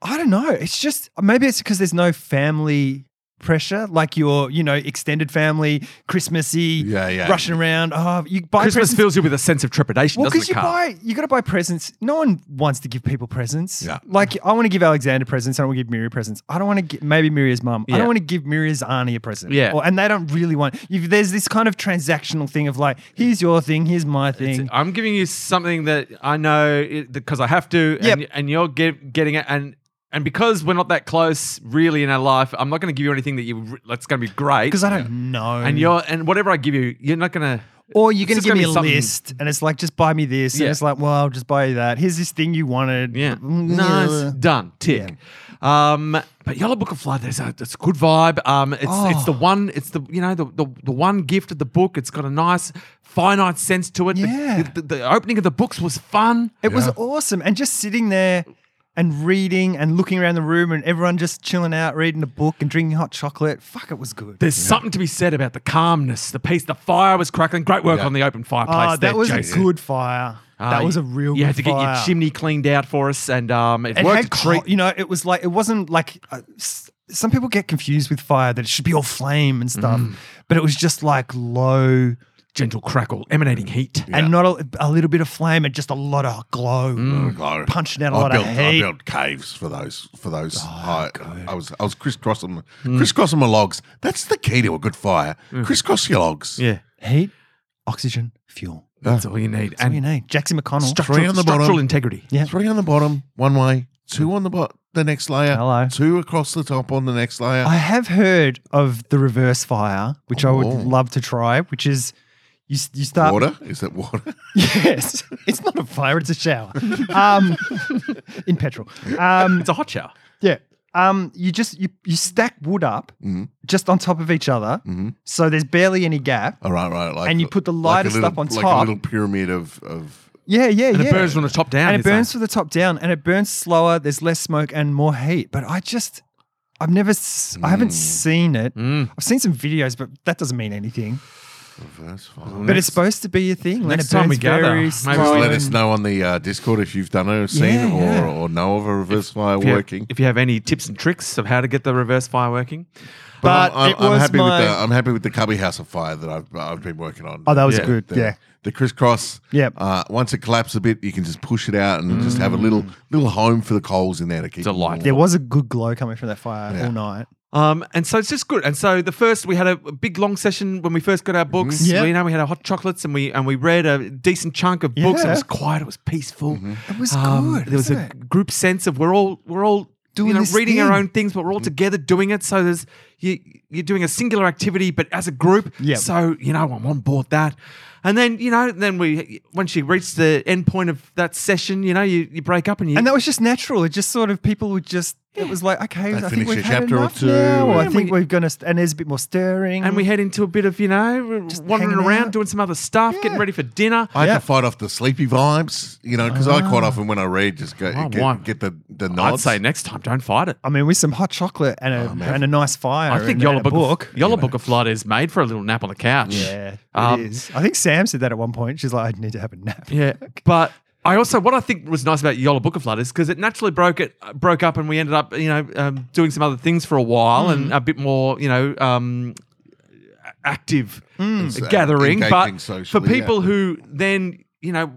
C: i don't know it's just maybe it's because there's no family pressure like your you know extended family christmassy
A: Yeah, yeah.
C: rushing around oh you buy
D: Christmas
C: presents
D: fills you with a sense of trepidation,
C: well,
D: doesn't
C: because
D: it,
C: you
D: Carl?
C: buy, you got to buy presents. No one wants to give people presents.
A: Yeah.
C: Like I want to give Alexander presents. I don't want to give Miri presents. I don't want to give maybe Miri's mum. I
D: Yeah.
C: don't want to give Miri's auntie a present.
D: Yeah.
C: Or, and they don't really want. You, there's this kind of transactional thing of like, here's your thing, here's my
D: It's-
C: thing.
D: I'm giving you something that I know because I have to, and,
C: Yep.
D: and you're get, getting it, and and because we're not that close, really, in our life, I'm not going to give you anything that you re- that's going to be great.
C: Because I don't know.
D: and you're and whatever I give you, you're not going to.
C: or you're
D: it's
C: going to
D: just
C: give
D: gonna
C: me
D: be
C: a
D: something-
C: list, and it's like, just buy me this,
D: Yeah.
C: and it's like, well, I'll just buy you that. Here's this thing you wanted.
D: Yeah,
C: Mm,
D: nice, done, tick. Um, but Yellow Book of Flood, there's a it's a good vibe. Um, it's
C: Oh.
D: it's the one, it's the you know the, the the one gift of the book. It's got a nice finite sense to it. The-
C: Yeah.
D: the, the- the opening of the books was fun.
C: It was
A: Yeah.
C: awesome. And just sitting there and reading and looking around the room and everyone just chilling out, reading a book and drinking hot chocolate. Fuck, it was good.
D: There's something to be said about the calmness, the peace. The fire was crackling. Great work
A: Yeah.
D: on the open fireplace.
C: Ah,
D: there,
C: that was
D: Jason.
C: a good fire.
D: Uh,
C: that was a real
D: You
C: good
D: had to get
C: fire.
D: your chimney cleaned out for us, and um, it,
C: It
D: worked.
C: had
D: a treat.
C: co- you know, it was like, it wasn't like, uh, s- some people get confused with fire that it should be all flame and stuff,
D: Mm.
C: but it was just like low
D: gentle crackle, emanating heat.
C: and not a, a little bit of flame and just a lot of glow.
A: Glow.
C: Punching out a
A: Mm.
C: Oh,
A: I
C: lot of
A: built, I
C: heat.
A: built caves for those. For those, I, I was I was crisscrossing
C: Mm.
A: crisscrossing my logs. That's the key to a good fire. Crisscross your logs.
D: Yeah,
C: Heat, oxygen, fuel.
D: that's all you need.
C: That's
D: and
C: what you need. Jackson McConnell.
D: structural,
A: Three on the
D: structural
A: bottom.
D: integrity.
C: Yeah.
A: Three on the bottom, one way. Two on the bot, the next layer.
C: Mm. Hello.
A: Two across the top on the next layer.
C: I have heard of the reverse fire, which I
A: Oh.
C: would love to try, which is you, s- you start.
A: water is that water?
C: Yes. It's not a fire, it's a shower. Um, in petrol. Um,
D: It's a hot shower.
C: yeah. Um, you just you, you stack wood up
A: Mm-hmm.
C: just on top of each other. So there's barely any gap.
A: All right, right. Like
C: And you put the
A: like a
C: lightest
A: little-
C: up on
A: like
C: top.
A: a little pyramid of of
C: Yeah, yeah,
D: And
C: yeah.
D: it burns from the top down.
C: and it
D: it's like-
C: burns from the top down and it burns slower. There's less smoke and more heat. But I just I've never, s- I
D: Hmm.
C: haven't seen it. I've seen some videos, but that doesn't mean anything.
A: Reverse
C: But it's supposed to be a thing. when
D: next
C: it
D: time we
C: burns
D: gather,
C: very
D: maybe
C: slow
D: just
A: let
C: and-
A: us know on the uh, Discord if you've done it or seen
C: Yeah,
A: it or,
C: yeah.
A: or know of a reverse fire
D: If you-
A: working.
D: If you have any tips and tricks of how to get the reverse fire working,
A: But,
C: But
A: I'm,
C: it
A: I'm, I'm
C: was
A: happy
C: my-
A: with the I'm happy with the Cubby House of Fire that I've I've been working on.
C: Oh, that was
D: Yeah.
C: good.
A: the,
C: Yeah.
A: the crisscross.
C: Yep. Mm.
A: Uh, once it collapses a bit, you can just push it out and just have a little little home for the coals in there to keep.
D: Delightful.
C: There was a good glow coming from that fire
A: Yeah.
C: all night.
D: Um, and so it's just good. And so the first we had a big long session when we first got our books.
C: Mhm. Yeah.
D: We, you know, we had our hot chocolates and we and we read a decent chunk of books. It
C: Yeah. Mm-hmm.
D: was quiet. It was peaceful.
C: It was good,
D: Um, There was a
C: wasn't it?
D: group sense of we're all we're all doing
C: Doing
D: you know,
C: this
D: reading our
C: thing.
D: own things, but we're all together doing it. So there's you you're doing a singular activity, but as a group.
C: Yeah.
D: So you know I'm on board that. And then you know then we once you reach the end point of that session, you know you, you break up and you
C: And that was just natural. It just sort of people would just. It was like okay, I think
A: finished
C: we've
A: a
C: had
A: chapter or
C: enough
A: two,
C: now. I
D: and
C: think
D: we-
C: we, are gonna st- and there's a bit more stirring.
D: and we head into a bit of you know wandering
C: hanging
D: around
C: out.
D: doing some other stuff getting
C: Yeah.
D: ready for dinner
A: I had
C: Yeah. Ah.
A: to fight off the sleepy vibes, you know, because I quite often when I read, just go
D: Oh, why?
A: get, get the the
D: i'd
A: nods.
D: say next time don't fight it
C: I mean, with some hot chocolate and a and a nice fire.
D: Oh, i think
C: and, and
D: yolla
C: a book.
D: book yolla book of flight is made for a little nap on the couch
C: Yeah, it is.
D: Um,
C: I think Sam said that at one point. She's like, I need to have a nap.
D: yeah but I also what I think was nice about Yolla Book of Flood is because it naturally broke it uh, broke up and we ended up you know um, doing some other things for a while and
A: Mm.
D: a bit more you know um, active uh,
A: so
D: gathering.
A: Mm. engaging
D: But
A: socially,
D: for
A: yeah.
D: people who then you know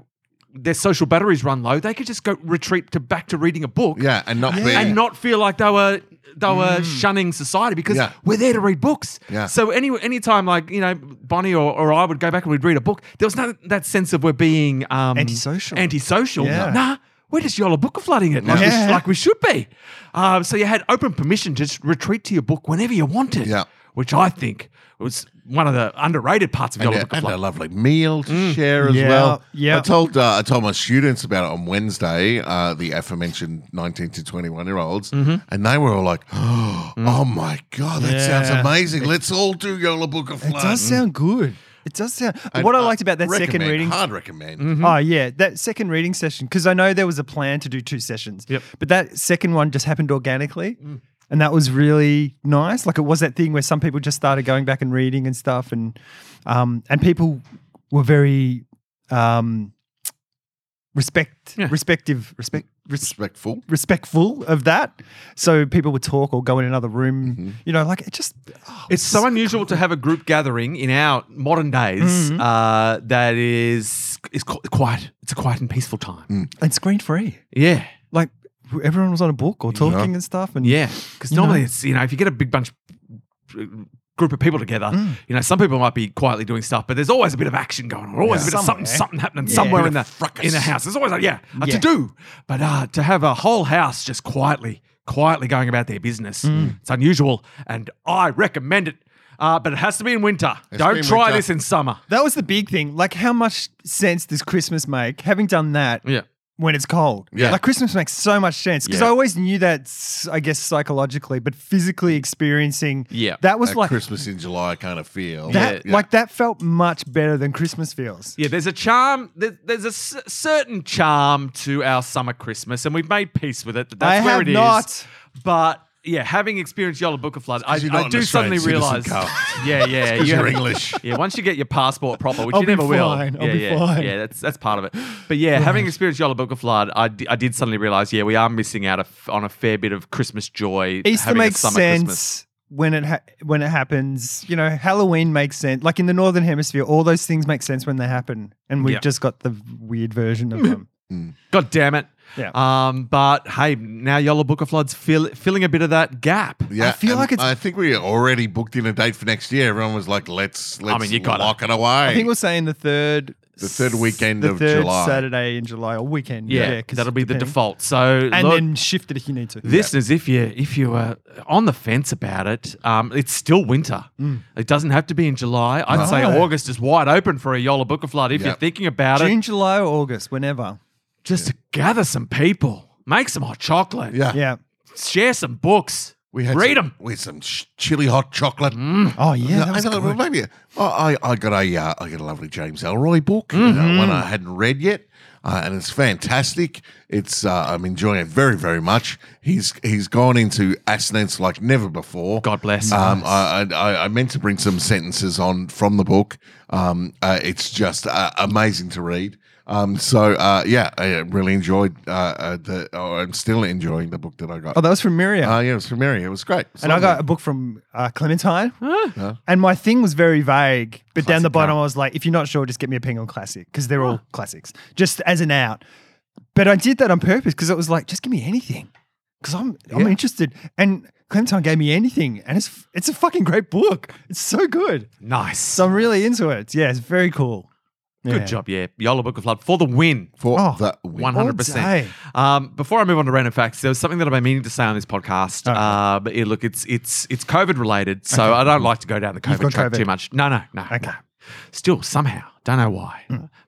D: their social batteries run low, they could just go retreat to back to reading a book.
A: yeah, and not be
D: and not feel like they were they were shunning society because
A: Mm. Yeah.
D: we're there to read books.
A: Yeah.
D: So any any time like you know Bonnie or, or I would go back and we'd read a book, there was no that sense of we're being um,
C: Antisocial.
D: Antisocial.
C: Yeah.
D: Nah. We're just y'all book flooding it like, we,
C: Yeah.
D: like we should be. Um, so you had open permission to just retreat to your book whenever you wanted,
A: Yeah.
D: which I think was one of the underrated parts of
A: and,
D: y'all
A: a,
D: book of
A: and a
D: flooding.
A: lovely meal to share as
C: Mm. Yeah,
A: well.
C: yeah.
A: I told uh, I told my students about it on Wednesday, uh, the aforementioned nineteen to twenty one year olds, and they were all like, "Oh, my god, that sounds
C: Mm-hmm. Mm. Yeah.
A: amazing! Let's all do Yola Book of
C: It
A: Flood."
C: does sound good. It does sound.
A: And
C: what I liked about that second
A: uh, recommend,
C: reading.
A: hard recommend.
D: Mm-hmm.
C: Oh yeah, that second reading session because I know there was a plan to do two sessions.
D: Yep.
C: But that second one just happened organically,
A: Mm.
C: and that was really nice. Like it was that thing where some people just started going back and reading and stuff, and um, and people were very um, respect,
D: Yeah.
C: respective, respect, res-
A: Respectful.
C: respectful of that. So people would talk or go in another room. You know, like it just. oh,
D: Mm-hmm. It's so unusual to have a group gathering in our modern days uh, that is is qu- quiet. It's a quiet and peaceful time.
C: and screen free.
D: Yeah,
C: Like everyone was on a book or talking and stuff, and
D: yeah. Because
C: You know.
D: normally it's you know if you get a big bunch group of people together, you know some people might be quietly doing stuff, but there's always a bit of action going on. Always a bit of something
C: Somewhere.
D: something happening somewhere
C: Bit
D: in the in the house. There's always a, yeah a
C: Yeah.
D: to do, but uh, to have a whole house just quietly quietly going about their business, it's unusual, and I recommend it. Uh, but it has to be in winter.
A: It's
D: Don't
A: been
D: try
A: winter.
D: this in summer.
C: That was the big thing. Like, how much sense does Christmas make? Having done that
D: Yeah.
C: when it's cold,
A: Yeah.
C: Like Christmas makes so much sense because
D: Yeah.
C: I always knew that, s- I guess psychologically, but physically experiencing,
D: Yeah.
C: that was
A: That
C: like
A: Christmas in July kind of feel.
C: that,
A: Yeah.
C: like that felt much better than Christmas feels.
D: Yeah, there's a charm. there- There's a c- certain charm to our summer Christmas, and we've made peace with it. that That's
C: I
D: where
C: have
D: it is.
C: not.
D: But yeah, having experienced Yola Book of Flood, I,
A: you're not
D: I
A: an
D: do suddenly
A: Australian citizen,
D: realise.
A: Carl.
D: Yeah, yeah, you
A: you're
D: have-
A: English.
D: Yeah, once you get your passport proper, which
C: I'll
D: you
C: be
D: never will.
C: fine, I'll
D: yeah,
C: be
D: yeah,
C: fine.
D: yeah, that's that's part of it. But yeah, having experienced Yola Book of Flood, I di- I did suddenly realise. Yeah, we are missing out a f- on a fair bit of Christmas joy.
C: Easter
D: having a
C: makes
D: summer
C: sense
D: Christmas.
C: when it ha- when it happens. You know, Halloween makes sense. Like in the northern hemisphere, all those things make sense when they happen, and we've
D: Yeah.
C: just got the weird version of them.
D: God damn it.
C: Yeah.
D: Um, but hey, now Yola Book of Flood's fill, filling a bit of that gap.
A: Yeah,
C: I feel
A: and
C: like it's-
A: I think we already booked in a date for next year. Everyone was like, "Let's, let's
D: mean, you gotta-
A: lock it away."
C: I think we'll say in the third,
A: the third weekend
C: the
A: of
C: third
A: July.
C: Saturday in July or weekend.
D: Yeah,
C: Yeah, 'cause
D: that'll be the
C: depending.
D: default. So
C: And
D: look,
C: then shift it if you need to.
D: this is if you if you are on the fence about it, um, it's still winter.
C: Mm.
D: It doesn't have to be in July. I'd say
C: No.
D: August is wide open for a Yola Book of Flood if
A: Yeah.
D: you're thinking about
C: June,
D: it.
C: July, or August, whenever.
D: Just gather some people, make some hot chocolate,
A: yeah,
C: Yeah.
D: share some books,
A: We had
D: read
A: some,
D: them.
A: We had some sh- chili hot chocolate.
C: Oh yeah,
A: I
C: that was
A: thought, well,
C: good. Mm-hmm.
A: maybe I, I, I got a uh, I got a lovely James Elroy book, uh, one I hadn't read yet. uh, and it's fantastic. It's uh, I'm enjoying it very very much. He's he's gone into assonance like never before.
D: God bless.
A: Um, I, I- I I meant to bring some sentences on from the book. Um, uh, it's just uh, amazing to read. Um, so uh, yeah, I uh, really enjoyed. Uh, uh, the, oh, I'm still enjoying the book that I got.
C: Oh, that was from Miriam.
A: Uh, yeah, it was from Mary. It was great. It was
C: and I
A: lovely.
C: got a book from uh, Clementine. And my thing was very vague. But down the bottom, I was like, if you're not sure, just get me a ping on classic because they're all classics, just as an out. But I did that on purpose because it was like, just give me anything because I'm, I'm interested. And Clementine gave me anything. And it's, it's a fucking great book. It's so good.
D: nice.
C: So I'm really into it. Yeah, it's very cool.
D: Good
C: Yeah.
D: job, yeah. Yola Book of Love for the win.
A: for
C: Oh,
A: the
D: One
C: All
D: hundred percent.
C: day.
D: Um, before I move on to random facts, there was something that I've been meaning to say on this podcast.
C: Oh.
D: Uh, but yeah, look, it's it's it's COVID related, so I don't like to go down the
C: You've
D: COVID
C: got
D: track
C: COVID.
D: too much. No, no, no.
C: Okay. Hmm.
D: no. Still, somehow, don't know why,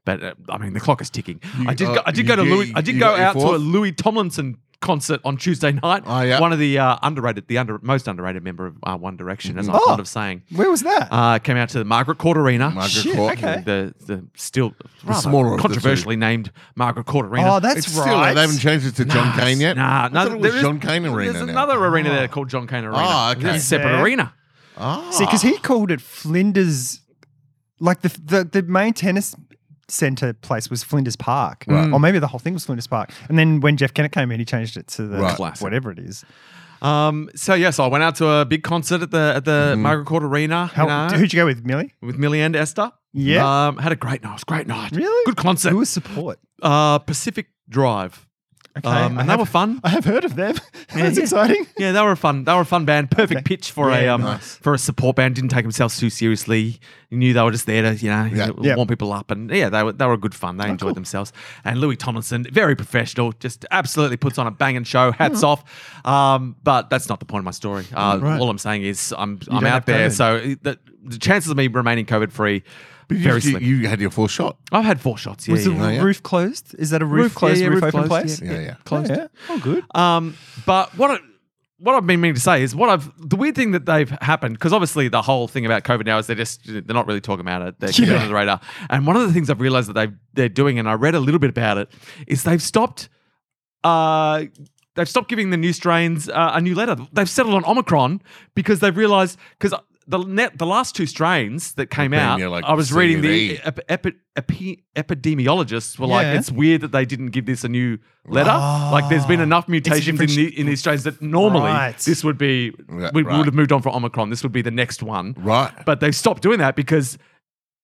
D: but uh, I mean, the clock is ticking. I did.
A: uh,
D: go, I did
A: you
D: go to
A: get-
D: Louis. I
A: you
D: did go
A: got your
D: out to a
A: fourth?
D: Louis Tomlinson concert on Tuesday night.
A: Oh, yeah.
D: One of the uh, underrated, the under, most underrated member of uh, One Direction, as I'm
C: Oh.
D: fond of saying.
C: Where was that?
D: Uh, came out to the Margaret Court Arena.
A: Margaret
C: Shit,
A: Court.
C: okay.
D: The, the still rather
A: smaller of the two.
D: controversially named Margaret Court Arena.
C: oh, that's
A: It's
C: right.
A: still, they haven't changed it to John
D: Nah,
A: Kane yet.
D: Nah,
A: I
D: no,
A: thought it was
D: there is-
A: John Kane Arena.
D: There's
A: now.
D: another arena there called John Kane Arena.
A: Oh,
D: There's
A: okay.
D: a separate
C: Is there?
D: arena.
A: Ah.
C: See, because he called it Flinders, like the the, the main tennis center place was Flinders Park,
A: Right.
C: or maybe the whole thing was Flinders Park. And then when Jeff Kennett came in, he changed it to the
A: Right.
D: Classic.
C: whatever it is.
D: Um, so yes, I went out to a big concert at the at the
A: Mm-hmm.
D: Margaret Court Arena. you
C: How,
D: know,
C: Who'd you go with, Millie?
D: with Millie and Esther.
C: Yeah.
D: Um, had a great night. It was a great night.
C: Really?
D: Good concert.
C: Who was support?
D: uh, Pacific Drive.
C: Okay,
D: Um,
C: I
D: and they
C: have-
D: were fun.
C: I have heard of them.
D: Yeah,
C: That's
D: yeah.
C: exciting.
D: Yeah, they were a fun. They were a fun band. Perfect pitch for a
C: Yeah,
D: um
C: nice.
D: for a support band. Didn't take themselves too seriously. You knew they were just there to you know
C: Yeah.
D: warm people up, and yeah, they were they were good fun. They enjoyed themselves. And Louis Tomlinson, very professional, just absolutely puts on a banging show. Hats off. Um, but that's not the point of my story. Uh,
C: Right.
D: All I'm saying is I'm I'm
C: don't
D: out
C: have
D: there,
C: COVID.
D: so it- the, the chances of me remaining COVID free very
A: you,
D: slim.
A: you had your full shot.
D: I've had four shots. Yeah,
C: Was the
D: yeah.
A: yeah.
C: roof closed? Is that a roof,
D: yeah,
C: closed,
D: yeah,
C: roof, open
D: closed,
C: place?
A: Yeah, yeah.
D: closed.
C: Yeah. Oh, good.
D: Um, but what I, what I've been meaning to say is what I've the weird thing that they've happened because obviously the whole thing about COVID now is they're just they're not really talking about it. They're keeping it
C: Yeah.
D: under the radar. And one of the things I've realized that they they're doing, and I read a little bit about it, is they've stopped. Uh, they've stopped giving the new strains uh, a new letter. They've settled on Omicron because they've realized because. The, net, the last two strains that came
A: Then
D: out,
A: you're like
D: I was reading the
A: CBD.
D: ep- epi- epi- epidemiologists were like,
C: E. Yeah.
D: it's weird that they didn't give this a new letter. Like, there's been
C: Oh.
D: enough mutations in,
C: different
D: the, in these strains that normally
C: Right.
D: this would be
A: Yeah,
D: we, we
A: right.
D: would have moved on from Omicron. This would be the next one,
A: Right.
D: but they've stopped doing that because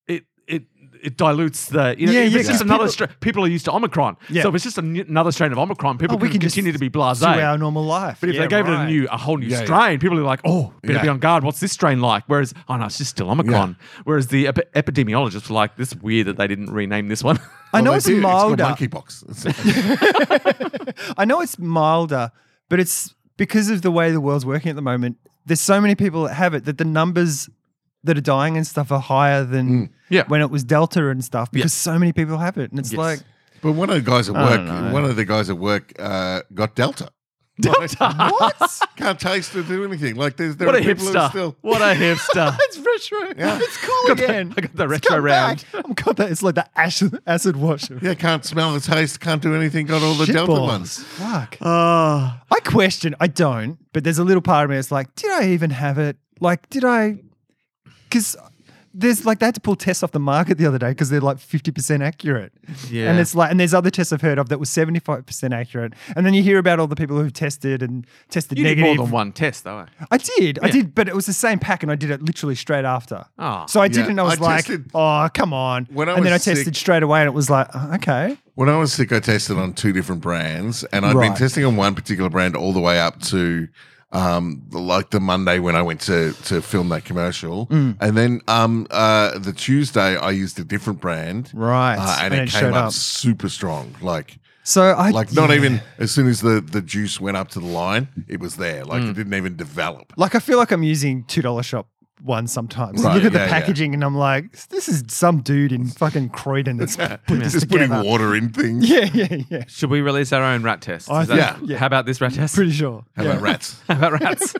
D: it it it dilutes the you know,
C: Yeah,
D: if
C: yeah,
D: it's just
C: 'cause
D: another
C: people-
D: strain. People are used to Omicron,
C: Yeah.
D: so if it's just an, another strain of Omicron, people
C: Oh, we
D: can,
C: can just
D: continue to be
C: Do our
D: blasé.
C: normal life.
D: But if
C: Yeah,
D: they gave it
C: right.
D: a new, a whole new
A: Yeah, yeah.
D: strain, people are like, "Oh, better be
A: Yeah.
D: on guard. What's this strain like?" Whereas, oh no, it's just still Omicron. Whereas the ep- epidemiologists were like, "This is weird that they didn't rename this one."
C: I know
A: Well,
C: it's
A: they do.
C: milder.
A: It's uh, called monkeypox. It's-
C: I know it's milder, but it's because of the way the world's working at the moment. There's so many people that have it that the numbers that are dying and stuff are higher than
D: Yeah.
C: when it was Delta and stuff because so many people have it. And it's
D: Yes.
C: like,
A: but one of the guys at
C: I
A: work,
C: don't know.
A: one of the guys at work, uh, got Delta.
D: Delta.
C: what?
A: Can't taste or do anything. Like there's there
D: What
A: are
D: a
A: people who are
D: hipster!
A: still.
D: What a hipster!
C: it's retro.
A: Yeah.
C: It's cool again.
D: I got the
C: It's
D: retro
C: come back.
D: round.
C: I've got that. It's like the acid, acid wash. of
A: Yeah, can't smell the taste. Can't do anything. Got all the
C: shit
A: Delta
C: balls.
A: ones.
C: Fuck.
D: Ah,
C: I question. I don't, but there's a little part of me that's like, did I even have it? Like, did I? Because there's like they had to pull tests off the market the other day because they're like 50% accurate.
D: Yeah.
C: And it's like, and there's other tests I've heard of that was 75% accurate. And then you hear about all the people who've tested and tested
D: you did
C: negative.
D: more than one test, though. eh?
C: I did, I
D: Yeah.
C: did, but it was the same pack, and I did it literally straight after.
D: Ah.
C: so I didn't. I was
A: I
C: like,
A: tested-
C: oh, come on.
A: When I
C: and then I
A: was
C: tested
A: sick-
C: straight away, and it was like, oh, okay.
A: When I was sick, I tested on two different brands, and I'd been
C: Right.
A: testing on one particular brand all the way up to um, like the Monday when I went to to film that commercial,
C: Mm.
A: and then um, uh, the Tuesday I used a different brand,
C: Right.
A: uh, and,
C: And
A: it
C: it
A: came
C: showed
A: up,
C: up.
A: super strong, like.
C: So I
A: Like not
C: yeah.
A: even as soon as the, the juice went up to the line, it was there. Like
C: Mm.
A: it didn't even develop.
C: Like I feel like I'm using two dollar shop ones sometimes.
A: Right,
C: Look at
A: yeah,
C: the
A: yeah.
C: packaging and I'm like, this is some dude in fucking Croydon that's put this
A: Just
C: together.
A: putting water in things.
C: Yeah, yeah, yeah.
D: Should we release our own rat test?
C: I
D: Is that-
A: think-
C: yeah.
D: How about this rat test?
C: Pretty sure.
A: How
C: yeah.
A: about rats?
D: How about rats?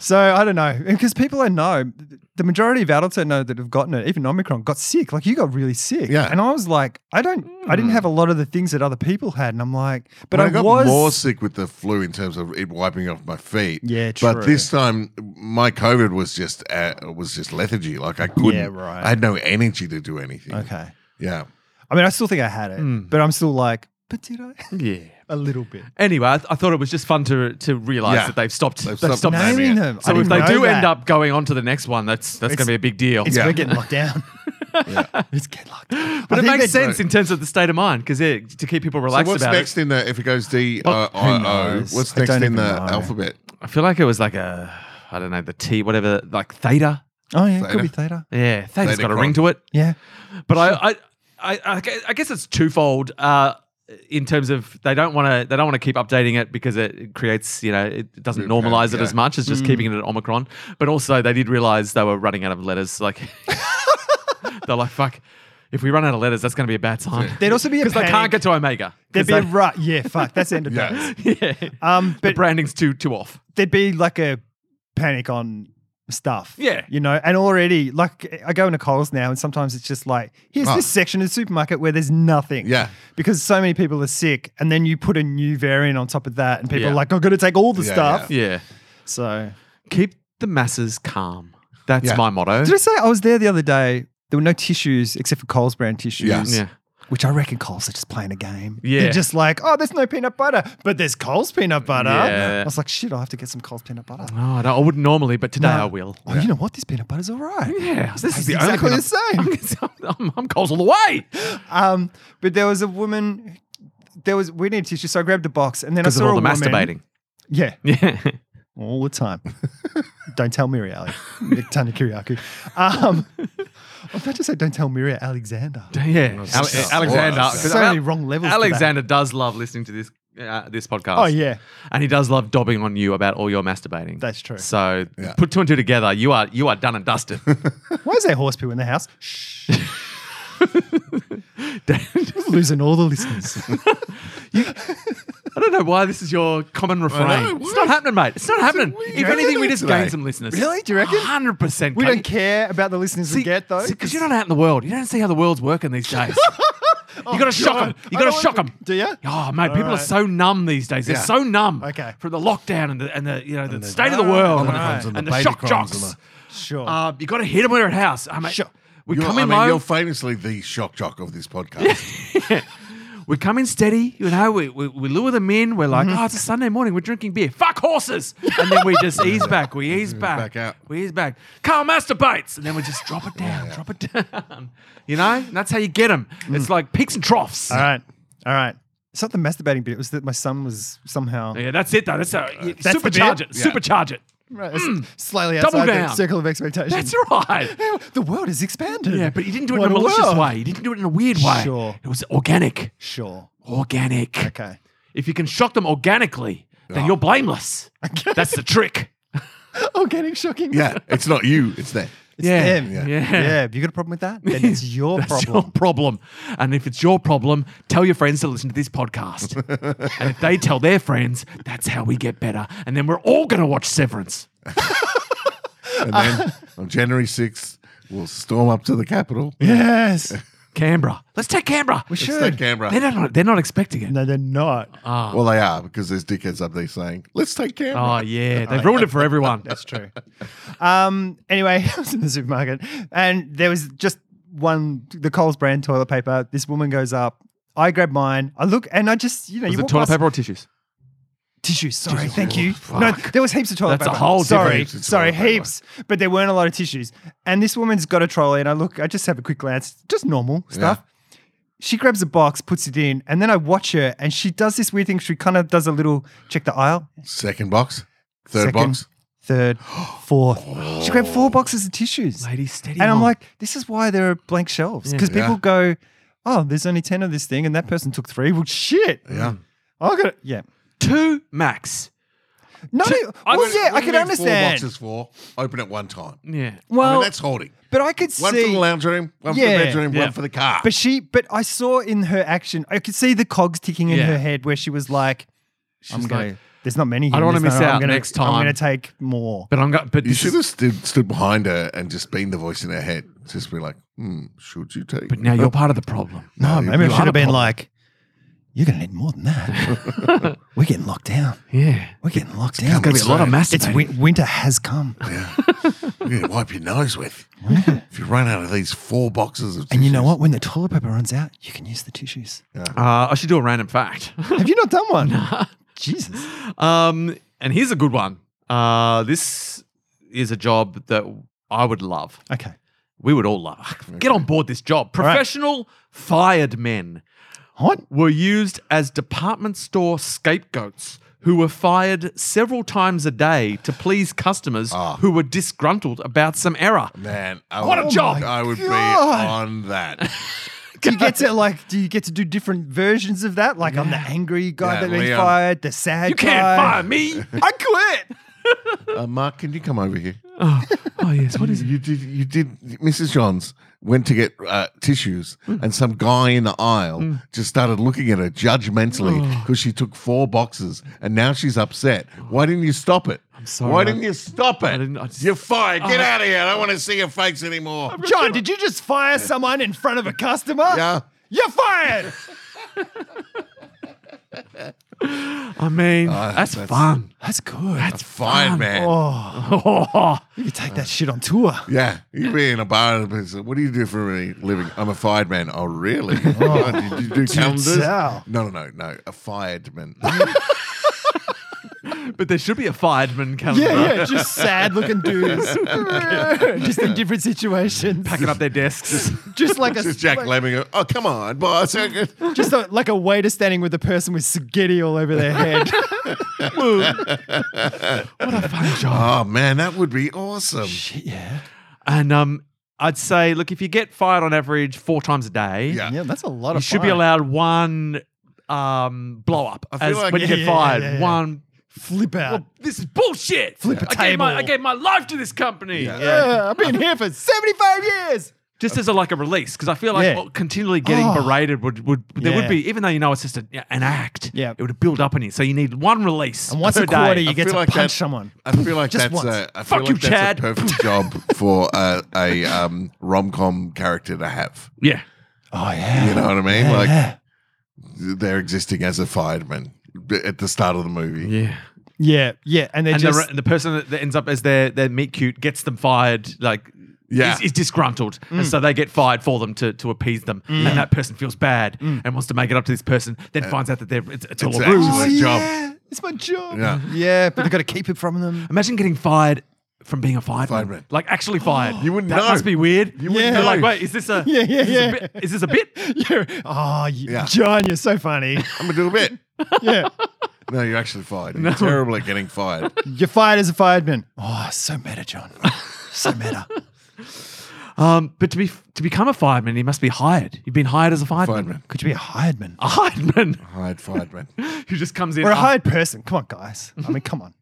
C: So I don't know because people I know, the majority of adults I know that have gotten it, even Omicron, got sick. Like you got really sick,
A: Yeah.
C: And I was like, I don't, I didn't have a lot of the things that other people had, and I'm like, but I,
A: I got
C: was
A: more sick with the flu in terms of it wiping off my feet.
C: Yeah,
A: But
C: true.
A: this time, my COVID was just uh, was just lethargy. Like I couldn't.
C: Yeah, right.
A: I had no energy to do anything.
C: okay.
A: Yeah.
C: I mean, I still think I had it,
A: Hmm.
C: but I'm still like, but did I?
D: Yeah.
C: a little bit.
D: Anyway, I, th- I thought it was just fun to to realize
A: Yeah.
D: that they've stopped. They've,
A: They've stopped
D: stopped.
A: naming
D: naming
C: Naming
A: it.
C: them. I
D: So if
C: didn't
D: they
C: know
D: do end
C: that.
D: up going on to the next one, that's that's
C: It's-
D: going to be a big deal.
C: It's
A: Yeah.
C: we're getting locked down. yeah. It's getting locked down.
D: But
C: I
D: it
C: think
D: makes
C: they-
D: sense in terms of the state of mind because yeah, to keep people
A: So
D: relaxed
A: what's
D: about
A: next
D: it.
A: in the if it goes D uh,
C: who
A: I- O?
C: knows?
A: What's
C: I
A: next
C: don't
A: in the
C: even know.
A: alphabet?
D: I feel like it was like a I don't know the T whatever like theta.
C: Oh yeah, it could
A: Theta.
C: be theta.
D: Yeah, theta's got a
A: Thetacon.
D: ring to it.
C: Yeah.
D: But I, I, I, I gue- I guess it's twofold. Uh, in terms of they don't want to, they don't want to keep updating it because it, it creates, you know, it doesn't
A: Yeah,
D: normalize it
A: yeah. Mm.
D: as much. It's just keeping it at Omicron. But also, they did realize they were running out of letters. Like they're like, fuck. If we run out of letters, that's going to be a bad sign.
C: There'd also be a
D: because they can't
C: panic.
D: get to Omega.
C: There'd
D: 'Cause
C: be a right. Yeah, fuck. That's the end of
A: Yeah.
C: that.
D: they- yeah,
C: Um,
D: the
C: but
D: branding's too too off.
C: there'd be like a panic on stuff.
D: Yeah.
C: You know, and already, like, I go into Coles now, and sometimes it's just like, here's
A: Oh.
C: this section of the supermarket where there's nothing.
A: Yeah.
C: Because so many people are sick, and then you put a new variant on top of that, and people
D: Yeah.
C: are like, I've got to take all the
A: Yeah,
C: stuff.
D: Yeah,
C: So,
D: keep the masses calm. That's
A: Yeah.
D: my motto.
C: did I say I was there the other day? There were no tissues except for Coles brand tissues.
A: Yeah.
D: Yeah.
C: Which I reckon Coles are just playing a game.
D: Yeah.
C: They're just like, oh, there's no peanut butter, but there's Coles peanut butter.
D: Yeah.
C: I was like, shit, I'll have to get some Coles peanut butter.
D: No, Oh, I, don't, I wouldn't normally, but today
C: No.
D: I will.
C: Oh, you know what? This peanut butter's all right.
D: Yeah, this is the
C: exactly
D: only
C: the same.
D: I'm, I'm, I'm Coles all the way.
C: Um, but there was a woman. There was we need tissue, so I grabbed a box, and then I
D: Because
C: saw
D: of all the
C: a woman,
D: masturbating.
C: Yeah,
D: Yeah.
C: all the time. don't tell Miria, Ali. Nick Tana Kiriakou. Um, I'm about to say, don't tell Miria Alexander.
D: yeah. Ale-
A: so-
D: Alexander.
A: so
D: 'cause
C: so
D: Ale-
C: many wrong levels to
D: Alexander does love listening to this uh, this podcast.
C: Oh yeah,
D: And he does love dobbing on you about all your masturbating.
C: that's true.
D: So
A: Yeah.
D: put two and two together. You are you are done and dusted.
C: Why is there horse poo in the house? Shh,
D: I
C: losing all the listeners.
D: don't know why this is your common
A: I
D: refrain.
A: know,
D: it's
A: what?
D: not happening, mate. It's not happening.
A: weird.
D: If anything, we just
A: Today.
D: gained some listeners.
C: Really? Do you reckon?
D: Hundred percent.
C: we don't care about the listeners we get though.
D: because you're not out in the world. You don't see how the world's working these days. you got to shock them. You
C: I
D: got to
C: don't
D: shock
C: like-
D: them.
C: Do you?
D: Oh mate, people are
C: right.
D: so numb these days. They're
A: Yeah.
D: so numb.
C: Okay.
D: From the lockdown and the and the you know the,
A: the-
D: state of the world and,
A: Omicrons and
D: and
A: the
D: the, shock
A: Betacrons
D: jocks.
A: and
C: Sure.
D: uh, you got to hit them where it house. I mean,
C: Sure.
D: we
A: You're,
D: come
A: I
D: in
A: mean,
D: low.
A: you're famously the shock jock of this podcast.
D: we come in steady. You know, we, we, we lure them in. We're
C: Mm-hmm.
D: like, oh, it's a Sunday morning. We're drinking beer. Fuck horses. And then we just ease back. We ease back.
A: back out.
D: We ease back. Carl masturbates. And then we just drop it down. Drop it down. You know, and that's how you get them.
C: Mm.
D: It's like peaks and troughs.
C: all right, all right. It's not the masturbating bit. It was that my son was somehow
D: Yeah, that's it though. That's, how you
C: That's the
D: supercharge it.
C: bit?
D: Supercharge it.
C: Right, it's slightly
D: Hmm. Double
C: outside the
D: down.
C: circle of expectation.
D: That's right.
C: The world is expanded.
D: Yeah, but you didn't do it
C: What
D: in a malicious
C: world.
D: way. You didn't do it in a weird way.
C: Sure.
D: It was organic.
C: Sure.
D: Organic.
C: Okay.
D: If you can shock them organically, then you're blameless. That's the trick.
C: Organic shocking.
A: yeah, it's not you, it's them.
C: It's
D: Yeah.
C: them.
D: Yeah.
C: Yeah.
D: Yeah.
C: If you got a problem with that, then it's your
D: That's your
C: problem.
D: problem. And if it's your problem, tell your friends to listen to this podcast. and if they tell their friends, that's how we get better. And then we're all going to watch Severance.
A: And then on January sixth, we'll storm up to the Capitol.
C: Yes.
D: Canberra. Let's take Canberra.
C: We should.
A: Let's take Canberra.
D: They're not, they're not expecting it.
C: No, they're not.
D: Oh.
A: Well, they are because there's dickheads up there saying, "Let's take Canberra."
D: Oh, yeah. They've ruined it for everyone.
C: That's true. um, anyway, I was in the supermarket and there was just one, the Coles brand toilet paper. This woman goes up. I grab mine. I look and I just, you know,
D: Is
C: you
D: it
C: walk
D: toilet
C: past-
D: paper or tissues?
C: tissues. Sorry, thank
D: Oh,
C: you.
D: fuck.
C: No, there was heaps of toilet
D: That's a
C: paper.
D: whole different
C: sorry,
A: heaps of
C: sorry,
A: toilet paper.
C: heaps. But there weren't a lot of tissues. And this woman's got a trolley, and I look, I just have a quick glance, just normal stuff. She grabs a box, puts it in, and then I watch her, and she does this weird thing. She kind of does a little check the aisle,
D: Oh.
A: Second box, third
C: Second.
A: box.
C: third, fourth. She grabbed four boxes of tissues.
D: Lady, steady.
C: And I'm
D: on.
C: like, this is why there are blank shelves because
A: Yeah.
C: people go, oh, there's only 10 of this thing, and that person took three. Well, shit.
A: Yeah.
C: I got it. Yeah.
D: two max.
C: No,
D: I-
C: well, yeah, I
A: What do you
C: can
A: mean Four
C: understand.
A: boxes for open at one time.
D: Yeah.
A: I mean,
C: Well,
A: that's holding.
C: But I could
A: One for
C: see.
A: the lounge room, one for
C: Yeah.
A: the bedroom,
D: Yeah.
A: one for the car.
C: but she, but I saw in her action, I could see the cogs ticking in
D: Yeah.
C: her head where she was like,
D: She's like,
C: There's not many. Here.
D: I don't wanna
C: There's
D: miss
C: no- I'm
D: out
C: gonna-
D: next
C: I'm going
D: time.
C: to take more.
D: But I'm going. But
A: You
D: this
A: should
D: is,
A: have stood, stood behind her and just been the voice in her head. Just be like, hmm, should you take?
D: But now you're part of the problem.
C: No,
A: you-
C: maybe I
A: you
C: should
A: had a
C: have been
A: problem.
C: like, "You're going to need more than that. We're getting locked down.
D: Yeah.
C: We're getting locked down.
D: gonna be a lot of masturbating.
C: It's win- winter has come,
A: You're going to wipe your nose with. if you run out of these four boxes of
C: and you know
A: tissues."
C: what? When the toilet paper runs out, you can use the tissues.
D: Uh, I should do a random fact.
C: Have you not done one? Jesus.
D: um, and here's a good one. Uh, this is a job that I would love.
C: Okay.
D: We would all love. Get on board this job.
C: right.
D: Professional fired men
C: What?
D: were used as department store scapegoats who were fired several times a day to please customers
A: Ah.
D: who were disgruntled about some error.
A: Man, I
D: What a
A: would-
D: job.
A: I would be
C: God.
A: on that.
C: Do you get to like? Do you get to do different versions of that? Like I'm the angry guy
A: Yeah,
C: that been
A: Leon.
C: fired, the sad
D: You can't
C: guy.
D: fire me. I quit.
A: Uh, Mark, can you come over here?
D: Oh, oh yes. What is it?
A: You did. You did. Mrs. Johns went to get uh, tissues,
D: Mm.
A: and some guy in the aisle just started looking at her judgmentally
D: Oh.
A: because she took four boxes, and now she's upset. Why didn't you stop it? I'm
D: sorry,
A: Why
D: I-
A: didn't you stop it?
D: didn't- I just-
A: You're fired. Get
D: Oh.
A: out of here. I don't want to see your face anymore.
C: John, did you just fire someone in front of a customer?
A: Yeah.
C: You're fired.
D: I mean, that's,
A: that's-
D: fun.
C: Ah, That's good.
D: That's
A: Fired
D: fun,
A: man.
C: oh,
D: Oh,
C: you could take that shit on tour.
A: Yeah, you'd be in a bar and be like, what do you do for a living? I'm a fired man. Oh, really? Oh, did you do calendars?
C: tell.
A: No, no, no, no. A fired man.
D: but there should be a fireman calendar.
C: Yeah, yeah, just sad looking dudes, just in different situations.
D: Packing up their desks.
C: Just like a
A: This is Jack
C: like,
A: Lemming. Oh, come on, boss.
C: just a, like a waiter standing with a person with spaghetti all over their head.
A: Oh man, that would be awesome.
C: yeah,
D: and um, I'd say, look, if you get fired on average four times a day,
A: Yeah.
C: yeah, that's a lot
D: you
C: of.
D: should be
C: fun.
D: allowed one um, blow up
A: feel
D: as
A: like-
D: when you
C: Yeah,
D: get
C: yeah,
D: fired.
C: yeah, yeah.
D: One.
C: flip out.
D: Well, this is bullshit.
C: Flip a
D: I Gave my,
C: table.
D: I gave my life to this company.
A: Yeah.
C: yeah, I've been here for seventy-five years.
D: Just as a like a release, because I feel like
C: Yeah.
D: well, continually getting
C: Oh.
D: berated would would there
C: Yeah.
D: would be even though you know it's just a, yeah, an act.
C: Yeah.
D: it would build up in you. So you need one release
C: And once
D: per
C: a quarter,
D: day.
C: you
A: I
C: get
A: feel
C: to
A: like
C: punch
A: that-
C: someone.
A: I feel like
C: Just
A: that's
C: once.
A: a I
D: Fuck
A: feel
D: you,
A: like that's
D: Chad.
A: a perfect job for a, a um, rom com character to have.
D: yeah.
C: Oh yeah,
A: You know what I mean?
C: Yeah,
A: like
C: yeah.
A: they're existing as a fireman b- at the start of the movie.
D: Yeah.
C: yeah, yeah, and they're
D: And
C: just
D: the, the person that- that ends up as their, their meat cute gets them fired, like,
A: Yeah.
D: is, is disgruntled. And so they get fired for them to, to appease them. And that person feels bad and wants to make it up to this person, then finds out that they're, it's, it's all
A: it's
D: a ruse.
A: actually-
C: Oh, yeah,
A: my job.
C: It's my job.
A: Yeah.
C: yeah, but they've got to keep it from them.
D: Imagine getting fired from being a fireman.
A: Fireman.
D: Like, actually fired.
A: You wouldn't
D: that
A: know.
D: must be weird.
A: You wouldn't
D: They're
A: know.
D: like, wait, is this a,
C: Yeah, yeah,
D: is this
C: yeah.
D: a bit? Is this a bit?
C: You're, oh, you,
A: Yeah.
C: John, you're so funny.
A: I'm gonna do a bit.
C: yeah,
A: No, you're actually fired. You're terrible at getting fired.
C: you're fired as a fireman. Oh, so meta, John. So meta.
D: Um, but to be to become a fireman, you must be hired. You've been hired as a fireman.
A: Fireman.
C: Could you be a hired man
D: A hiredman
A: Hired fireman.
D: who just comes in.
C: or a
D: uh,
C: hired person? Come on, guys. I mean, come on.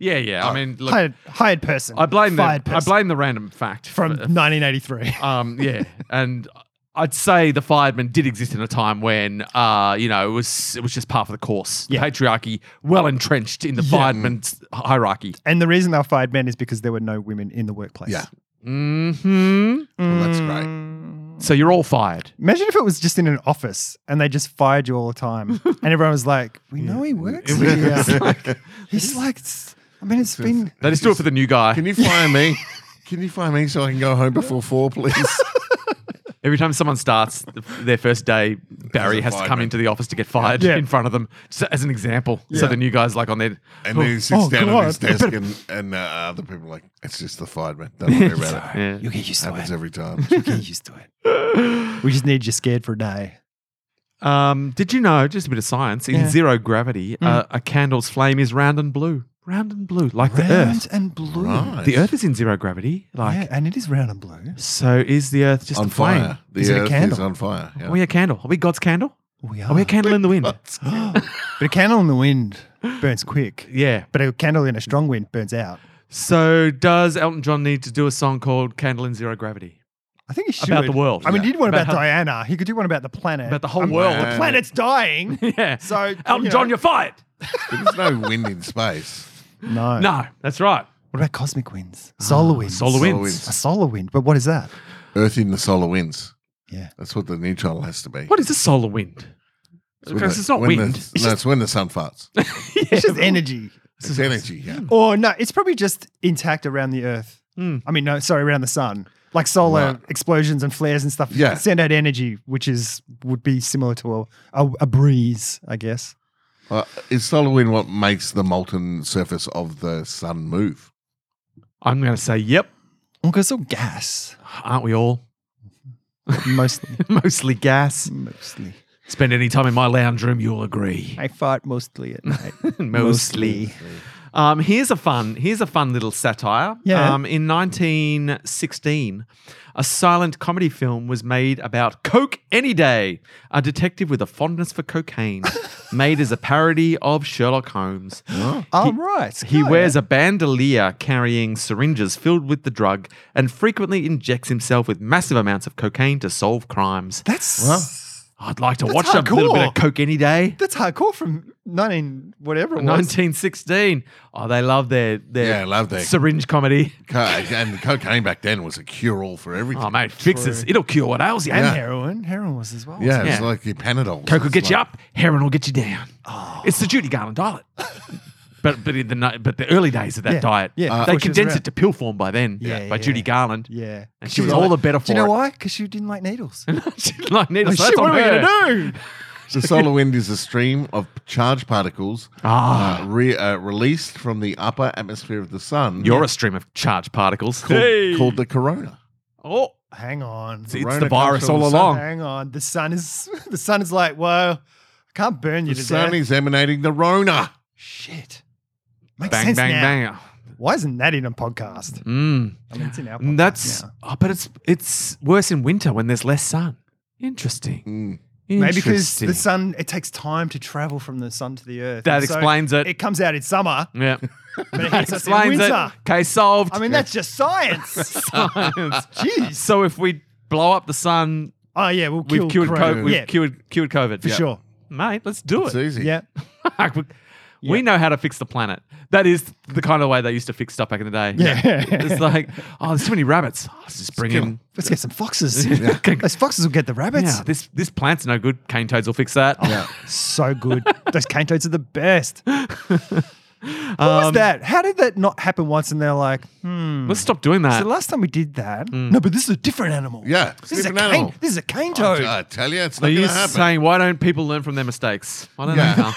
D: yeah, yeah. I mean, look,
C: hired, hired person.
D: I blame the
C: fired
D: I
C: person
D: blame the random fact
C: from
D: for-
C: 1983.
D: Um, yeah, and I'd say the fireman did exist in a time when, uh, you know, it was it was just part of the course.
C: Yeah. Oh.
D: Patriarchy well entrenched in the
C: Yeah.
D: fireman's hierarchy.
C: And the reason they were fired men is because there were no women in the workplace.
A: Yeah.
D: hmm
A: Well, that's great.
C: Mm.
D: So you're all fired.
C: Imagine if it was just in an office and they just fired you all the time, and everyone was like, "We know he works here." He's like, it's- I mean, it's been
D: They just do it for the new guy.
A: Can you fire me? Can you fire me so I can go home before four, please?
D: Every time someone starts th- their first day, Barry
A: a
D: has to come
A: fireman.
D: into the office to get fired
C: Yeah.
D: in front of them so, as an example. So
C: Yeah.
D: the new guy's like on their.
A: And then he sits
C: oh,
A: down
C: God.
A: at his
C: I
A: desk, and, and uh, other people are like, it's just the fireman. Don't worry about it.
D: Yeah.
C: you'll get used to
A: Happens
C: it.
A: every time.
C: You'll get used to it. We just need you scared for a day.
D: Um, did you know, just a bit of science, in
C: Yeah. Mm.
D: zero gravity, uh, a candle's flame is round and blue. Round and blue, like the earth.
C: Round and blue.
A: Right.
D: The Earth is in zero gravity. Like,
C: Yeah, and it is round and blue.
D: so is the Earth just
A: on
D: a Oh, flame?
A: fire. The
C: Is it a
A: earth is
C: candle?
A: on fire. yeah.
D: Are we a candle? Are we God's candle?
C: We
D: Are Oh, we a candle in the wind?
C: but a candle in the wind burns quick.
D: Yeah.
C: But a candle in a strong wind burns out.
D: So does Elton John need to do a song called "Candle in Zero Gravity"
C: I think he should.
D: about the world?
C: I mean, he did one
D: About
C: about,
D: how-
C: Diana. He could do one about the planet.
D: about the whole
C: Um,
D: world.
C: The planet's dying.
D: yeah.
C: So,
D: Elton
C: you know-
D: John, you're fired.
A: There's no wind in space.
C: No.
D: No, that's right.
C: What about cosmic winds? Solar winds.
D: Ah, solar
A: Solar
D: winds.
A: winds.
C: A solar wind. But what is that?
A: Earth in the solar winds.
C: Yeah.
A: That's what the neutral has to be.
D: What is a solar wind?
A: It's when
D: Because
A: the-
D: it's not
A: when the-
D: wind.
A: no, it's when the sun farts.
C: It's just energy.
A: It's energy. Yeah.
D: Hmm.
C: Or no, it's probably just intact around the Earth.
D: Mm.
C: I mean, no, sorry, around the sun. Like solar
A: Right.
C: explosions and flares and stuff
A: Yeah.
C: send out energy, which is would be similar to a, a, a breeze, I guess.
A: Uh, is solar wind what makes the molten surface of the sun move?
D: I'm going to say, yep.
C: Okay, so gas,
D: Aren't we all?
C: mostly.
D: Mostly gas.
C: mostly.
D: Spend any time in my lounge room, you'll agree.
C: I fart mostly at night.
D: Mostly. Um, here's a fun. Here's a fun little satire.
C: Yeah.
D: Um, in 1916, a silent comedy film was made about Coke Any Day, a detective with a fondness for cocaine, made as a parody of Sherlock Holmes.
C: All Oh, right.
D: He wears a bandolier carrying syringes filled with the drug and frequently injects himself with massive amounts of cocaine to solve crimes.
C: That's
D: I'd like to
C: That's
D: watch a little bit
C: hardcore.
D: of Coke any day.
C: that's hardcore from 19 whatever it was.
D: 1916. Oh, they love their, their
A: Yeah, I love that.
D: syringe comedy.
A: Co- and the cocaine back then was a cure all for everything.
D: Oh, mate, fixes. It'll cure what ails you.
C: And
A: Yeah.
C: heroin. Heroin was as well.
A: yeah, it's
D: yeah.
A: like your Panadol.
D: Coke will
A: It's
D: get you
A: like-
D: up, heroin will get you down.
C: Oh.
D: It's the Judy Garland diet. but but in the ni- but the early days of that
C: Yeah.
D: diet,
C: Yeah,
A: Uh,
C: before she
D: they
C: was
D: condensed
C: around.
D: it to pill form by then
C: Yeah,
D: by
C: yeah.
D: Judy Garland.
C: Yeah.
D: And she was all the better
C: Do
D: for
C: you know
D: it.
C: why? Because she didn't like needles.
D: She didn't like needles. so
C: Like,
D: that's
C: shit,
D: on
C: what are we
D: her.
C: going to do?
A: The solar wind is a stream of charged particles
D: Ah.
A: uh, re- uh, released from the upper atmosphere of the sun.
D: You're a stream of charged particles.
A: called, called the corona.
D: oh,
C: Hang on.
D: it's
A: Corona
D: the
A: comes
D: virus
A: from
D: all
A: the sun.
D: along.
C: Hang on. The sun is the sun is like, whoa, I can't burn you
A: The
C: to
A: sun
C: death.
A: is emanating the rona.
C: Shit. Makes
D: Bang,
C: sense
D: bang,
C: now.
D: bang.
C: Why isn't that in a podcast?
D: Mm.
C: I mean, it's in our podcast
D: That's,
C: now.
D: oh, but it's it's worse in winter when there's less sun. Interesting.
A: Mm.
C: Hmm. Maybe because
D: Interesting.
C: the sun, it takes time to travel from the sun to the earth.
D: That
C: And so
D: explains it.
C: It comes out in summer,
D: Yeah.
C: but it
D: That
C: hits us in
D: explains it.
C: winter.
D: Case solved.
C: I mean, that's just science.
D: Science.
C: Jeez.
D: so if we blow up the sun,
C: Oh yeah, we'll
D: we've
C: kill
D: cured
C: Corona.
D: COVID. We've
C: yeah,
D: cured, cured COVID.
C: for sure.
D: Mate, let's do
A: It's
D: it.
A: easy.
C: Yeah,
D: we we know how to fix the planet. That is the kind of way they used to fix stuff back in the day.
C: Yeah.
D: it's like, oh, there's too many rabbits. Oh, let's just bring
A: kill
D: in.
C: let's get some foxes.
D: Yeah.
C: Those foxes will get the rabbits.
D: Yeah, this this plant's no good. Cane toads will fix that.
A: Yeah.
C: So good. Those cane toads are the best. what was that? How did that not happen once? And they're like, hmm.
D: Let's stop doing that.
C: So last time we did that. No, but this is a different animal.
A: Yeah,
C: This is a
A: different
C: cane.
A: animal. Oh,
C: This is a cane toad.
A: I tell you, it's
D: Are
A: not going
D: you
A: to happen.
D: saying why don't people learn from their mistakes? Why don't
A: Yeah.
D: they? Carl?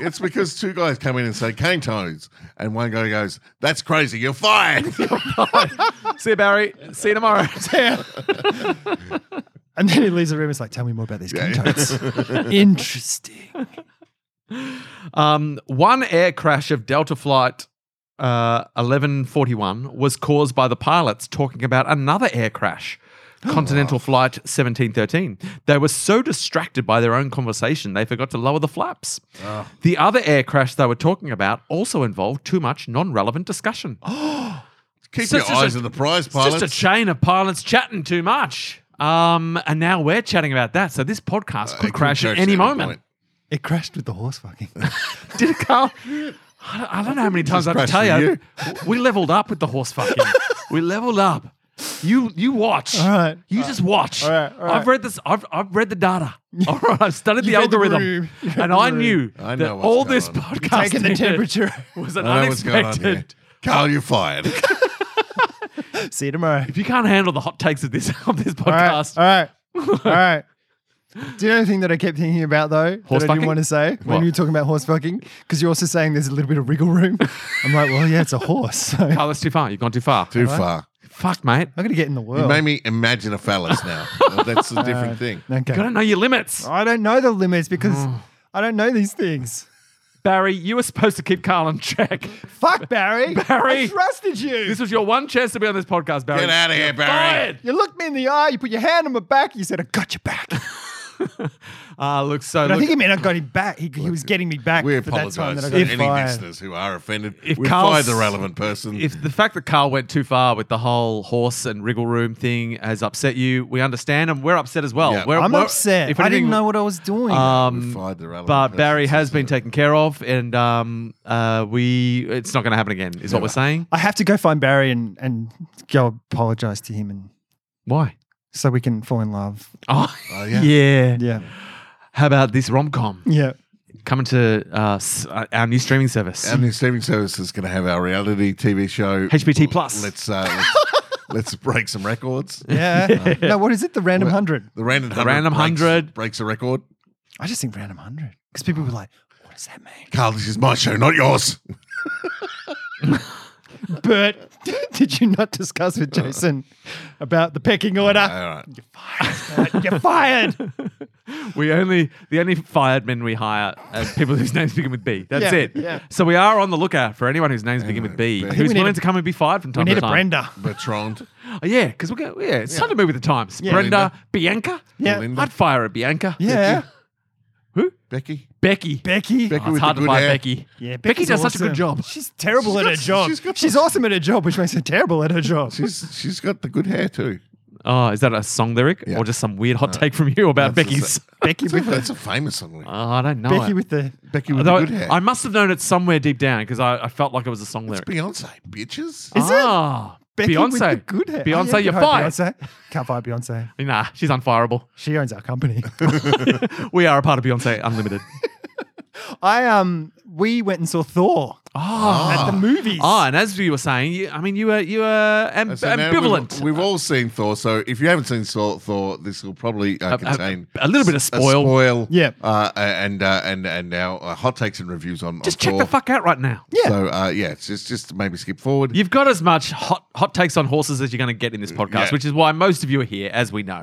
A: it's because two guys come in and say cane toads, and one guy goes, "That's crazy. You're fired."
D: See you, Barry. See you tomorrow.
C: and then he leaves the room. It's like, tell me more about these cane toads. Interesting.
D: Um, one air crash of Delta Flight uh, 1141 was caused by the pilots talking about another air crash,
A: Oh.
D: Continental Flight 1713. They were so distracted by their own conversation, they forgot to lower the flaps.
A: Oh.
D: The other air crash they were talking about also involved too much non relevant discussion.
A: Keep
D: So
A: your
D: it's just
A: eyes
D: a-
A: on the prize,
D: It's
A: pilots.
D: just a chain of pilots chatting too much. Um, and now we're chatting about that. So this podcast
C: Uh,
A: It
D: could crash at
A: crash
D: any
A: point.
D: moment.
C: It crashed with the horse fucking.
D: Did it, Carl? I don't, I don't know how many times I have
A: crashed
D: to tell you.
A: with
D: We leveled up with the horse fucking. we leveled up. You you watch.
C: All right.
D: You just watch.
C: All right, all right.
D: I've read this. I've, I've read the data. All right. I've studied the
C: You read the
D: algorithm,
C: room. You read
D: and
C: the
D: I
C: room.
D: knew
A: I know
D: that
A: what's
D: all
A: going
D: this
A: on.
D: podcast
C: Taking the
D: needed
C: temperator.
D: was an
A: I know what's going on here.
D: unexpected.
A: Carl, you're fired.
C: See you tomorrow.
D: If you can't handle the hot takes of this of this podcast,
C: All right. All right. all right. Do you know the thing that I kept thinking about though?
D: Horse
C: that I
D: fucking?
C: didn't want to say
D: What?
C: when you were talking about horse fucking? Because you're also saying there's a little bit of wriggle room. I'm like, well, yeah, it's a horse. So I'm
D: Carl, that's too far. You've gone too far.
A: Too far.
D: Fuck, mate.
C: going to get in the world.
A: You made me imagine a phallus now. Well, That's a different thing.
C: okay.
D: Gotta know Oh. your limits.
C: I don't know the limits because I don't know these things.
D: Barry, you were supposed to keep Carl on track.
C: Fuck, Barry.
D: Barry.
C: I trusted you.
D: This was your one chance to be on this podcast, Barry.
A: Get out of here, Barry.
D: Fired.
C: you looked me in the eye. You put your hand on my back. You said, I got your back.
D: uh, look, so
C: But I
D: look,
C: think he meant I got him back. He, he was getting me back
A: We
C: for that time
A: apologise
C: that I
A: to
C: got
A: any
C: him fired.
A: listeners who are offended.
D: If
A: we
D: Carl's-
A: fired the relevant person.
D: if the fact that Carl went too far with the whole horse and wriggle room thing has upset you, we understand, and we're upset as well.
A: Yeah.
D: We're,
C: I'm
D: we're-
C: upset.
D: if
C: I didn't
D: anything-
C: know what I was doing.
A: we
D: Um,
A: fired the relevant
D: but
A: person.
D: Barry has
A: So-
D: been taken care of, and um, uh, we it's not going to happen again. Is what we're saying.
C: I have to go find Barry and, and go apologize to him and
D: Why?
C: so we can fall in love.
D: Oh,
A: Oh,
D: yeah.
A: yeah.
C: Yeah.
D: How about this rom com
C: Yeah.
D: coming to uh, s- uh, our new streaming service?
A: Our new streaming service is going to have our reality TV show
D: HBT Plus.
A: Let's uh, let's, let's break some records.
C: Yeah. no, what is it? The random
A: Well-
C: 100.
A: The random hundred
D: Random
A: breaks,
D: 100.
A: breaks a record.
C: I just think random 100 because people were like, what does that mean?
A: Carl, this is my show, not yours.
C: Bert, did you not discuss with Jason about the pecking order?
A: All right.
C: Fired. You're fired.
D: we only the only fired men we hire are people whose names begin with B. That's
C: Yeah,
D: it.
C: yeah.
D: So we are on the lookout for anyone whose names begin with B,
A: I think
D: who's
C: we need
D: willing
C: a-
D: to come and be fired from
C: We
D: time
C: need
D: to
C: a
D: time.
C: Brenda.
A: Bertrand.
D: Oh, yeah, because we're going. Yeah, it's time to move with the times.
C: Yeah.
D: Brenda, Bianca.
C: Yeah.
A: Belinda.
D: I'd fire a Bianca.
C: Yeah.
D: Who?
A: Becky.
D: Becky.
C: Becky.
A: Becky
D: Oh, it's
A: with
D: hard
A: the
D: to
A: good
D: find
A: hair.
D: Becky.
C: Yeah,
D: Becky
C: Becky's
D: does such a good
C: awesome.
D: job.
C: She's terrible at her
A: got-
C: job. She's,
A: she's got-
C: awesome at her job, which makes her terrible at her job.
A: She's she's got the good hair too.
D: Oh, is that a song lyric
A: Yeah.
D: or just some weird hot take from you about
A: That's a-
D: Becky's?
C: Becky
A: That's a,
C: with the,
A: that's a famous song.
D: Oh, I don't know.
C: Becky
D: it.
C: with the
A: Becky with
D: Although
A: the good hair.
D: I must have known it somewhere deep down because I, I felt like it was a song
A: it's
D: lyric.
A: Beyonce, bitches.
C: Is it?
D: ah,
C: Becky
D: Beyonce.
C: with the good hair. Oh,
D: Beyonce,
C: yeah,
D: you're
C: hi,
D: fired.
C: Beyonce. Can't fire Beyonce.
D: Nah, she's unfireable.
C: She owns our company.
D: we are a part of Beyonce Unlimited.
C: I um, we went and saw Thor
D: Oh,
C: at the movies.
D: Ah, and as you were saying, you, I mean, you were you were am-
A: So now
D: ambivalent.
A: We've, we've all seen Thor, so if you haven't seen Thor, Thor this will probably uh,
D: A- a-
A: contain
D: a little bit of
A: s-
D: spoil.
A: spoil,
C: Yeah.
A: uh, and uh, and and now uh, hot takes and reviews on.
D: Just
A: on
D: check
A: Thor.
D: the fuck out right now.
C: Yeah.
A: So uh, yeah, it's just just maybe skip forward.
D: You've got as much hot hot takes on horses as you're going to get in this podcast,
A: Yeah.
D: which is why most of you are here, as we know.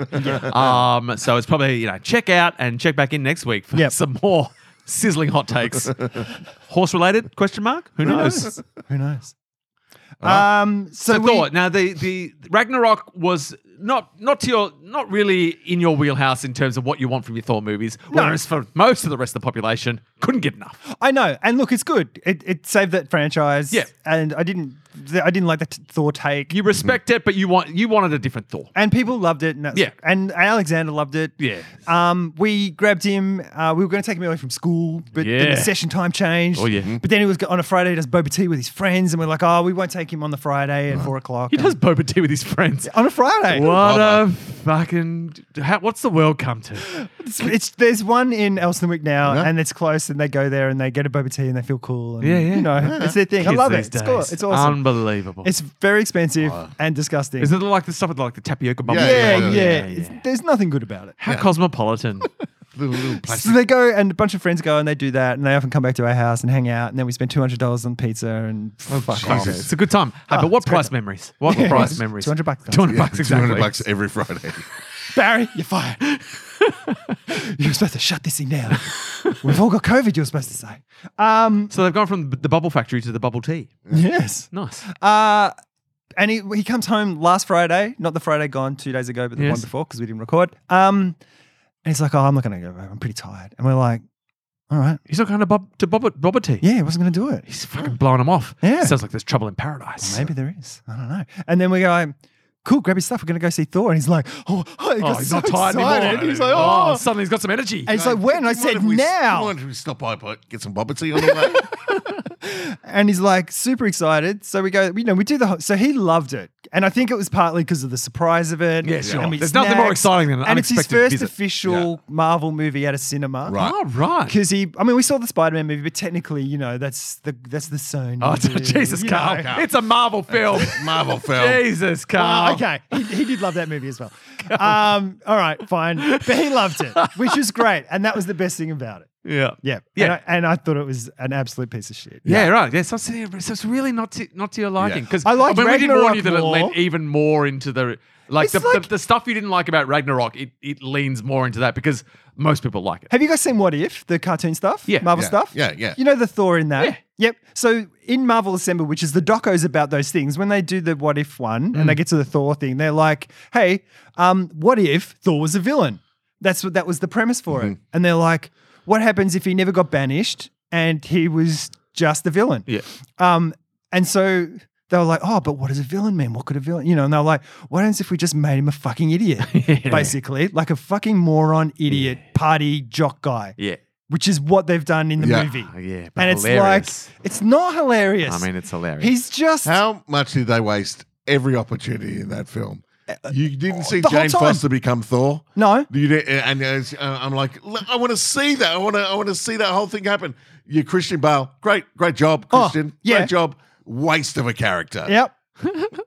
D: um, so it's probably you know check out and check back in next week for
C: Yep.
D: some more sizzling hot takes, horse related? Question mark? Who
C: Who
D: knows?
C: knows? Who knows? Um, so,
D: So
C: we,
D: Thor. Now the the Ragnarok was not not to your not really in your wheelhouse in terms of what you want from your Thor movies. Whereas for most of the rest of the population, couldn't get enough.
C: I know, and look, it's good. It, it saved that franchise.
D: Yeah.
C: and I didn't, I didn't like that Thor take.
D: You respect it, but you want you wanted a different Thor.
C: and people loved it. And that's-
D: Yeah.
C: and Alexander loved it.
D: Yeah.
C: Um, we grabbed him. Uh, we were going to take him away from school, but then
D: Yeah.
C: the session time changed.
D: Oh, yeah.
C: But then he was on a Friday. He does boba tea with his friends, and we're like, oh, we won't take him on the Friday at four o'clock.
D: He does boba tea with his friends.
C: on a Friday.
D: What a
A: bother.
D: fucking! How, what's the world come to?
C: It's, it's- there's one in Elsternwick now,
A: Yeah.
C: and it's close, and they go there and they get a boba tea and they feel cool. And,
D: Yeah, yeah.
C: You know, it's their thing. I
D: Kids
C: love it.
D: these
C: It's cool.
D: days.
C: It's awesome.
D: Unbelievable.
C: it's very expensive and disgusting.
D: Isn't it like the stuff with like the tapioca bubble?
A: Yeah,
C: yeah, yeah.
A: yeah,
C: It's- there's nothing good about it.
D: How cosmopolitan.
A: little, little
C: So
A: plastic.
C: they go and a bunch of friends go and they do that and they often come back to our house and hang out and then we spend two hundred dollars on pizza and
D: Oh,
C: fuck
A: Jesus.
C: off.
A: Jesus.
D: it's a good time. Hey, but what price memories? What
C: Ah, Yeah.
D: price memories?
C: 200 bucks, guys.
D: Two hundred
A: Yeah,
D: bucks exactly.
A: 200 bucks every Friday.
C: Barry, you're fired. you're supposed to shut this thing down. We've all got COVID. You're supposed to say. Um,
D: So they've gone from the bubble factory to the bubble tea.
C: yes.
D: Nice.
C: Uh, and he, he comes home last Friday, not the Friday gone two days ago, but the
D: Yes.
C: one before because we didn't record. Um, and he's like, "Oh, I'm not going to go home. I'm pretty tired." And we're like, "All right,
D: He's not going to bob to bob bobber tea.
C: yeah, I wasn't going to do it."
D: He's fucking blowing him off.
C: Yeah.
D: Sounds like there's trouble in paradise.
C: Maybe there is. I don't know. And then we go, cool, grab his stuff. We're going to go see Thor. And he's like, oh, oh, he
D: Oh,
C: got
D: he's
C: so
D: not tired
C: excited.
D: anymore.
C: He's like, oh.
D: suddenly he's got some energy.
C: And it's like, when? I
A: Do you mind
C: said
A: if we- do you
C: now.
A: mind if we stop by, but get some boba tea on the way?
C: And he's like, super excited. So we go, you know, we do the whole, so he loved it. And I think it was partly because of the surprise of it.
D: Yeah, sure.
C: And we
D: There's nothing more exciting than an
C: And it's his
D: unexpected
C: first
D: visit.
C: official Marvel movie at a cinema.
A: Right.
D: oh, right.
C: Because he, I mean, we saw the Spider-Man movie, but technically, you know, that's the that's the Sony.
D: Oh,
C: movie,
D: Jesus,
C: you
D: Carl.
C: know.
D: It's a Marvel film.
A: Marvel film.
D: Jesus, Carl.
C: Well, Uh, okay, he, he did love that movie as well. Um, all right, fine, but he loved it, which is great, and that was the best thing about it.
D: Yeah.
C: Yeah,
D: Yeah.
C: And I, and I thought it was an absolute piece of shit.
D: Yeah, right. Yeah, so, it's- so it's really not to, not to your liking.
A: Yeah.
D: Because
C: I liked
D: when we didn't warn
C: Ragnarok
D: you that it
C: more.
D: lent even more into the like,
C: It's
D: the,
C: like-
D: the the stuff you didn't like about Ragnarok. It, it leans more into that because most people like it.
C: Have you guys seen What If the cartoon stuff?
D: Yeah.
C: Marvel
A: Yeah.
C: stuff.
A: Yeah, yeah.
C: You know the Thor in that.
D: Yeah.
C: Yep. So in Marvel Assemble, which is the docos about those things, when they do the What If one and they get to the Thor thing, they're like, "Hey, um, what if Thor was a villain?" That's what that was the premise for it. And they're like, what happens if he never got banished and he was just the villain?
D: Yeah.
C: Um, and so they were like, oh, but what does a villain mean? What could a villain, you know? And they were like, what happens if we just made him a fucking idiot, basically, like a fucking moron, idiot, party jock guy,
D: Yeah.
C: which is what they've done in the
A: Yeah.
C: movie.
D: Oh, yeah. But
C: And it's
D: hilarious.
C: like, it's not hilarious.
D: I mean, it's hilarious.
C: he's just
A: How much did they waste every opportunity in that film? You didn't see
C: Uh, the whole
A: Jane
C: time.
A: Foster become Thor.
C: no.
A: You did, and it's- uh, I'm like, "Look, I want to see that. I want to. I want to see that whole thing happen. You, Christian Bale, great, great job,
C: Oh,
A: Christian.
C: yeah.
A: Great job. Waste of a character.
C: Yep.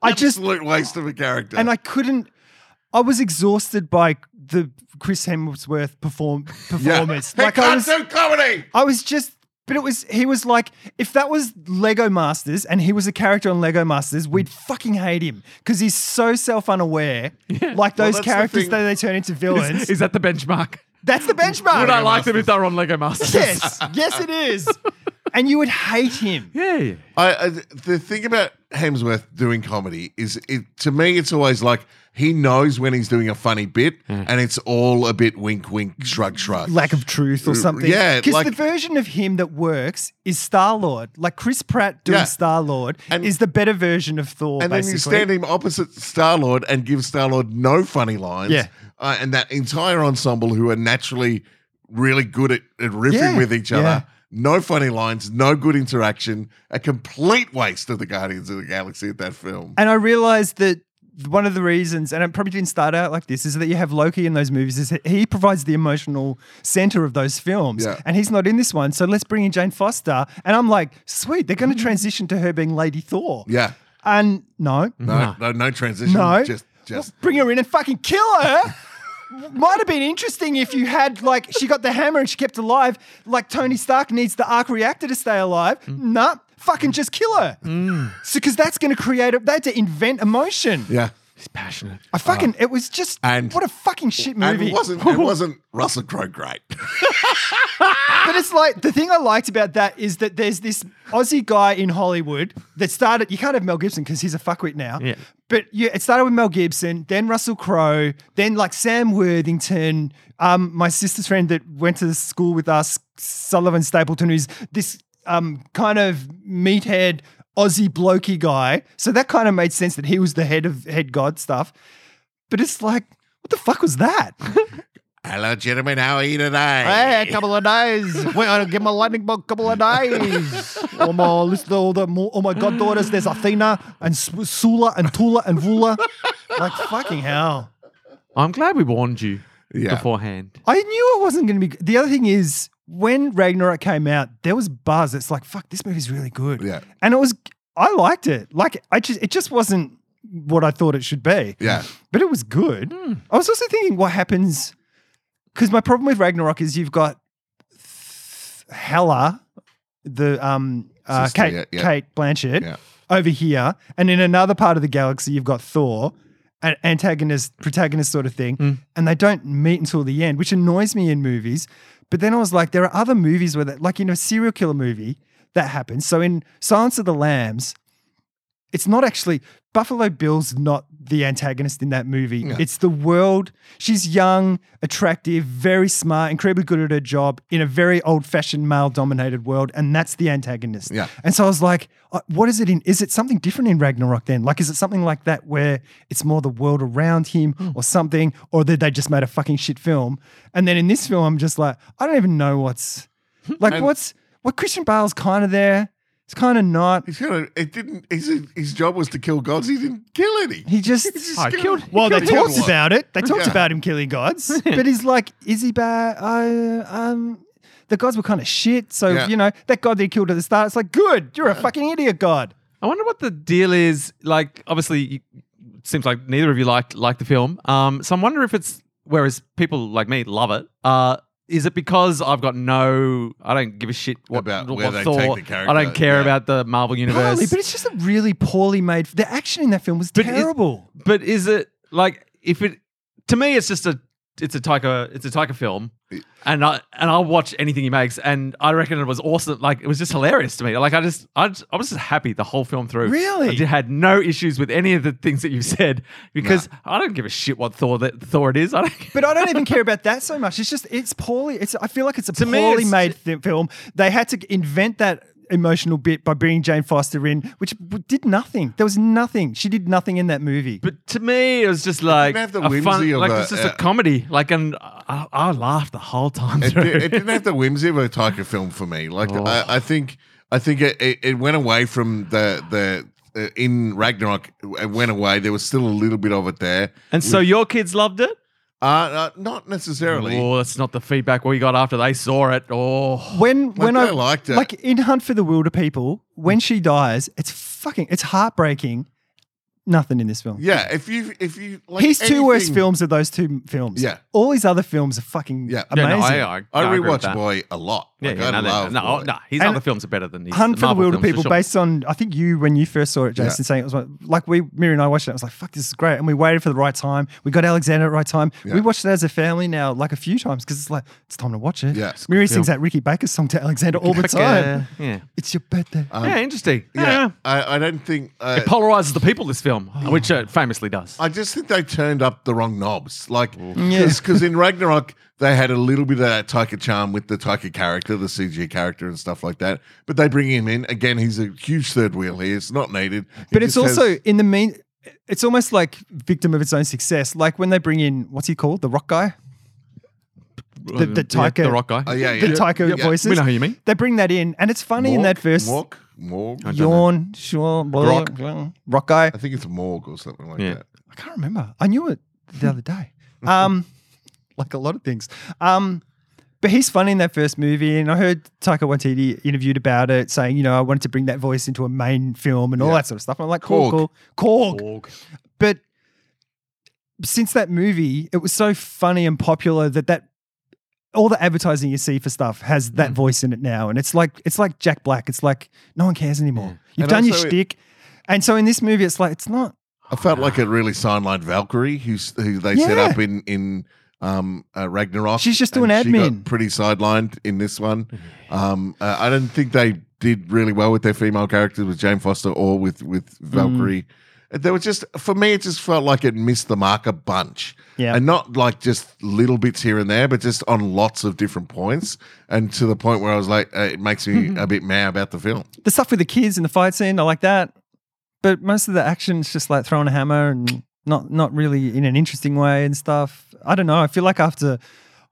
C: I just
A: Absolute waste of a character.
C: and I couldn't. I was exhausted by the Chris Hemsworth perform performance.
A: Yeah.
C: Like
A: he
C: I
A: can't
C: was,
A: do comedy.
C: I was just. But it was he was like if that was Lego Masters and he was a character on Lego Masters, we'd fucking hate him because he's so self unaware. Like
A: Well,
C: those
A: that's the
C: characters
A: thing.
C: that they turn into villains.
D: is, is that the benchmark?
C: that's the benchmark.
D: Would I like them if they were on Lego Masters?
C: yes, yes, it is. And you would hate him.
D: Yeah. yeah.
A: I, I the thing about Hemsworth doing comedy is it to me it's always like he knows when he's doing a funny bit
C: Mm.
A: and it's all a bit wink wink shrug shrug.
C: lack of truth or something.
A: yeah,
C: because
A: like-
C: the version of him that works is Star Lord. Like Chris Pratt doing
A: Yeah.
C: Star Lord
A: And-
C: is the better version of Thor.
A: and then you
C: basically.
A: stand him opposite Star Lord and give Star Lord no funny lines.
C: Yeah.
A: Uh, and that entire ensemble who are naturally really good at, at riffing
C: Yeah,
A: with each other.
C: yeah.
A: No funny lines, no good interaction, a complete waste of the Guardians of the Galaxy at that film.
C: And I realized that one of the reasons, and it probably didn't start out like this, is that you have Loki in those movies. Is that he provides the emotional center of those films,
A: Yeah.
C: and he's not in this one. So let's bring in Jane Foster, and I'm like, sweet, they're going to transition to her being Lady Thor.
A: Mm. yeah. Mm-hmm.
C: And no,
A: No, no, no transition.
C: No.
A: Just, just.
C: bring her in and fucking kill her. Might have been interesting if you had like she got the hammer and she kept alive, like Tony Stark needs the arc reactor to stay alive.
A: Mm.
C: Nah, fucking just kill her. So because that's going to create a, they had to invent emotion.
A: Yeah.
D: He's passionate.
C: I fucking it was just
A: And-
C: what a fucking shit
A: And
C: movie.
A: it wasn't, it wasn't Russell Crowe great.
C: but it's like the thing I liked about that is that there's this Aussie guy in Hollywood that started. You can't have Mel Gibson because he's a fuckwit now.
D: Yeah.
C: But yeah, it started with Mel Gibson, then Russell Crowe, then like Sam Worthington. Um, my sister's friend that went to school with us, Sullivan Stapleton, who's this um kind of meathead Aussie blokey guy. So that kind of made sense that he was the head of head god stuff. But it's like, what the fuck was that?
A: Hello, gentlemen. How are you today?
C: Hey, a couple of days. Wait, I'll give my lightning bolt a couple of days. oh, my, listen to all the, oh my goddaughters. There's Athena and S- Sula and Tula and Vula. Like, fucking hell.
D: I'm glad we warned you
A: Yeah.
D: beforehand.
C: I knew it wasn't going to be. The other thing is, when Ragnarok came out, there was buzz. It's like, fuck, this movie's really good.
A: Yeah.
C: And it was, I liked it. Like, I just, it just wasn't what I thought it should be.
A: Yeah.
C: But it was good.
A: Hmm.
C: I was also thinking what happens because my problem with Ragnarok is you've got th- Hela, the um uh,
A: Sister,
C: Kate
A: yeah, yeah.
C: Kate Blanchett
A: Yeah.
C: over here, and in another part of the galaxy you've got Thor, an antagonist protagonist sort of thing,
A: Hmm.
C: and they don't meet until the end, which annoys me in movies. But then I was like, there are other movies where, that, like in a serial killer movie, that happens. So in Silence of the Lambs, it's not actually Buffalo Bill's not the antagonist in that movie. It's the world. She's young, attractive, very smart, incredibly good at her job in a very old-fashioned male-dominated world, and that's the antagonist.
A: Yeah.
C: And so I was like, uh, what is it in? Is it something different in Ragnarok then? Like, is it something like that where it's more the world around him or something, or that they just made a fucking shit film? And then in this film, I'm just like, I don't even know what's like what's what Christian Bale's kind of there. It's kind of not.
A: He's gonna. It didn't. His his job was to kill gods. He didn't kill any.
C: He just
D: I
A: Kill-
D: killed.
C: Well, they
A: He killed
C: talked
A: one.
C: about it. They talked
A: Yeah.
C: about him killing gods, but he's like, is he bad? Uh, um, the gods were kind of shit. So
A: Yeah.
C: you know that god that he killed at the start. It's like, good, you're a fucking idiot, god.
D: I wonder what the deal is. Like, obviously, you, it seems like neither of you liked like the film. Um, so I wonder if it's whereas people like me love it. Uh, is it because I've got no? I don't give a shit what,
A: About
D: what
A: where they
D: Thor-
A: take the character,
D: I don't care
A: yeah.
D: about the Marvel universe.
C: Partly, but it's just a really poorly made. The action in that film was
D: is-
C: terrible.
D: but is it like if it? To me, it's just a it's a Taika it's a Taika film, and I and I'll watch anything he makes, and I reckon it was awesome. Like it was just hilarious to me. Like I just I, just- I was just happy the whole film through.
C: Really?
D: I did- had no issues with any of the things that you said because I don't give a shit what Thor that Thor it is. I don't.
C: But I don't even care about that so much. It's just it's poorly. It's I feel like it's a
D: To me,
C: poorly
D: it's-
C: made th- film. They had to invent that emotional bit by bringing Jane Foster in, which w- did nothing. There was nothing. She did nothing in that movie.
D: But to me, it was just like
A: have the
D: a fun,
A: whimsy of
D: like
A: a-
D: it's just a
A: uh,
D: comedy. Like, and I, I laughed the whole time
A: it,
D: through.
A: di- it didn't have the whimsy of a Taika film for me. Like
C: Oh.
A: I, I think, I think it, it, it went away from the the uh, in Ragnarok. It went away. There was still a little bit of it there.
D: and so your kids loved it.
A: Uh, uh, not necessarily.
D: Oh, that's not the feedback we got after they saw it. Oh,
C: when when
A: they
C: I
A: liked it.
C: like in Hunt for the Wilder People, when she dies, it's fucking it's heartbreaking. Nothing in this film.
A: Yeah, if you if you like
C: His two worst
A: anything-
C: films are those two m- films.
A: Yeah.
C: All his other films are fucking
A: Yeah. Yeah,
D: uh,
C: amazing.
A: I
D: agree with
A: rewatch
D: that.
A: Boy a lot.
D: Yeah,
A: Like,
D: yeah,
A: I
D: no,
A: love
D: no, no,
A: Boy.
D: no, his
C: And
D: other films are better than these.
C: Hunt for the
D: Marvel
C: Wilder
D: films,
C: People,
D: for sure.
C: based on I think you when you first saw it, Jason, saying it was one- like we Miri and I watched it. I was like, "Fuck, this is great!" And we waited for the right time. We got Alexander at the right time. We watched it as a family now, like a few times, because it's like it's time to watch it.
A: Yeah, it's a
C: Miri
D: good
C: sings that Ricky Baker song to Alexander all the
D: Baker,
C: time.
D: yeah.
C: it's your
A: Uh,
C: birthday.
D: yeah, interesting. Yeah.
A: Um, Yeah, Uh, I, I don't think. Uh,
D: It polarizes the people. This film, which it famously does.
A: I just think they turned up the wrong knobs. Like,
C: Yeah.
A: because in Ragnarok, they had a little bit of that Taika charm with the Taika character, the CG character, and stuff like that. But they bring him in. Again, he's a huge third wheel here. It's not needed. He
C: but it's
A: just has-
C: also in the mean. It's almost like victim of its own success. Like when they bring in what's he called, the rock guy, the, the
D: Yeah,
C: Taika,
D: the rock guy.
A: um, Oh, yeah, yeah.
C: the Taika
A: Yeah.
C: voices.
D: We know who you mean.
C: They bring that in, and it's funny in
A: Morg?
C: that verse.
A: Morg? Morg? I,
C: Yawn, sure, blah,
A: Grok. Uh,
C: blah, rock guy.
A: think it's Morg or something like
D: Yeah.
A: that.
C: I can't remember. I knew it the other day. Um, like a lot of things. Um, but he's funny in that first movie, and I heard Taika Waititi interviewed about it, saying, you know, I wanted to bring that voice into a main film and all
A: Yeah.
C: that sort of stuff. And I'm like, cool,
A: Korg.
C: cool, Korg.
D: Org.
C: But since that movie, it was so funny and popular that that all the advertising you see for stuff has
A: Mm.
C: that voice in it now, and it's like it's like Jack Black. It's like no one cares anymore. You've
A: And
C: done your
A: also it-
C: shtick, and so in this movie, it's like it's not.
A: I felt like it really sidelined Valkyrie, who's, who they set
C: Yeah.
A: up in in um, uh, Ragnarok.
C: She's just
A: and
C: doing
A: she got
C: admin.
A: pretty sidelined in this one. Um, uh, I don't think they did really well with their female characters with Jane Foster or with with
C: Mm.
A: Valkyrie. There was just for me, it just felt like it missed the mark a bunch.
C: Yeah.
A: and not like just little bits here and there, but just on lots of different points, and to the point where I was like, uh, it makes
C: Mm-hmm.
A: me a bit mad about the film.
C: the stuff with the kids in the fight scene, I like that. But most of the action is just like throwing a hammer and not not really in an interesting way and stuff. I don't know. I feel like after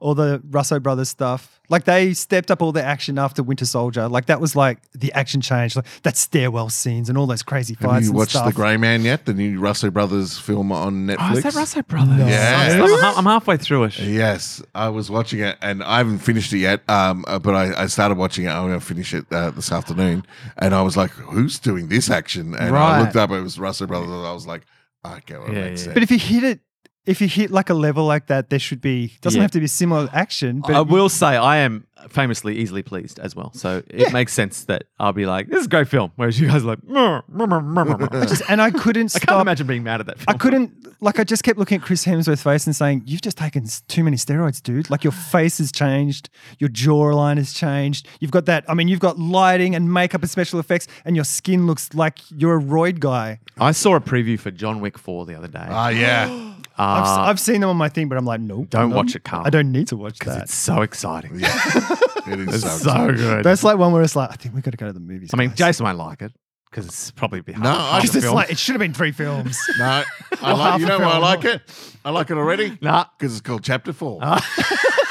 C: all the Russo brothers stuff, like they stepped up all the action after Winter Soldier. Like that was like the action change, like that stairwell scenes and all those crazy fights.
A: Have you
C: and
A: watched
C: stuff.
A: The Grey Man yet? The new Russo brothers film on Netflix.
D: Oh, is that Russo Brothers?
A: Yes.
D: I'm, ha- I'm halfway through it.
A: Yes, I was watching it, and I haven't finished it yet. Um, uh, but I, I started watching it. I'm going to finish it uh, this afternoon, and I was like, "Who's doing this action?" And
C: Right.
A: I looked up. It was Russell Brothers. and I was like, "I get what
D: Yeah,
A: makes
D: yeah.
A: sense."
C: But if you hit it, if you hit like a level like that, there should be doesn't
D: Yeah.
C: have to be similar action. But
D: I will say I am famously easily pleased as well, so it makes sense that I'll be like, "This is a great film," whereas you guys are like, "Meh, meh, meh, meh, meh, meh." I
C: just, and I couldn't
D: can't
C: stop
D: imagine being mad at that film.
C: I couldn't like I just kept looking at Chris Hemsworth's face and saying, "You've just taken s- too many steroids, dude. Like your face has changed, your jawline has changed. You've got that. I mean, you've got lighting and makeup and special effects, and your skin looks like you're a roid guy.
D: I saw a preview for John Wick Four the other day.
A: Ah, yeah,
C: I've, s have seen them on my thing, but I'm like, no,
D: Ah. Don't watch it, Carl.
C: I don't need to watch that.
D: it's so exciting.
A: it is
D: It's
A: so.
D: so
A: exciting.
D: good.
C: That's like one where it's like, I think we got to go to the movies.
D: I mean,
C: guys.
D: Jason might like it because it's probably be hard.
A: No, I
C: It's
A: just-
C: just like it should have been three films.
A: No, I like, you know why I like it? I like it already.
D: Nah. Ah.
A: because it's called Chapter Four.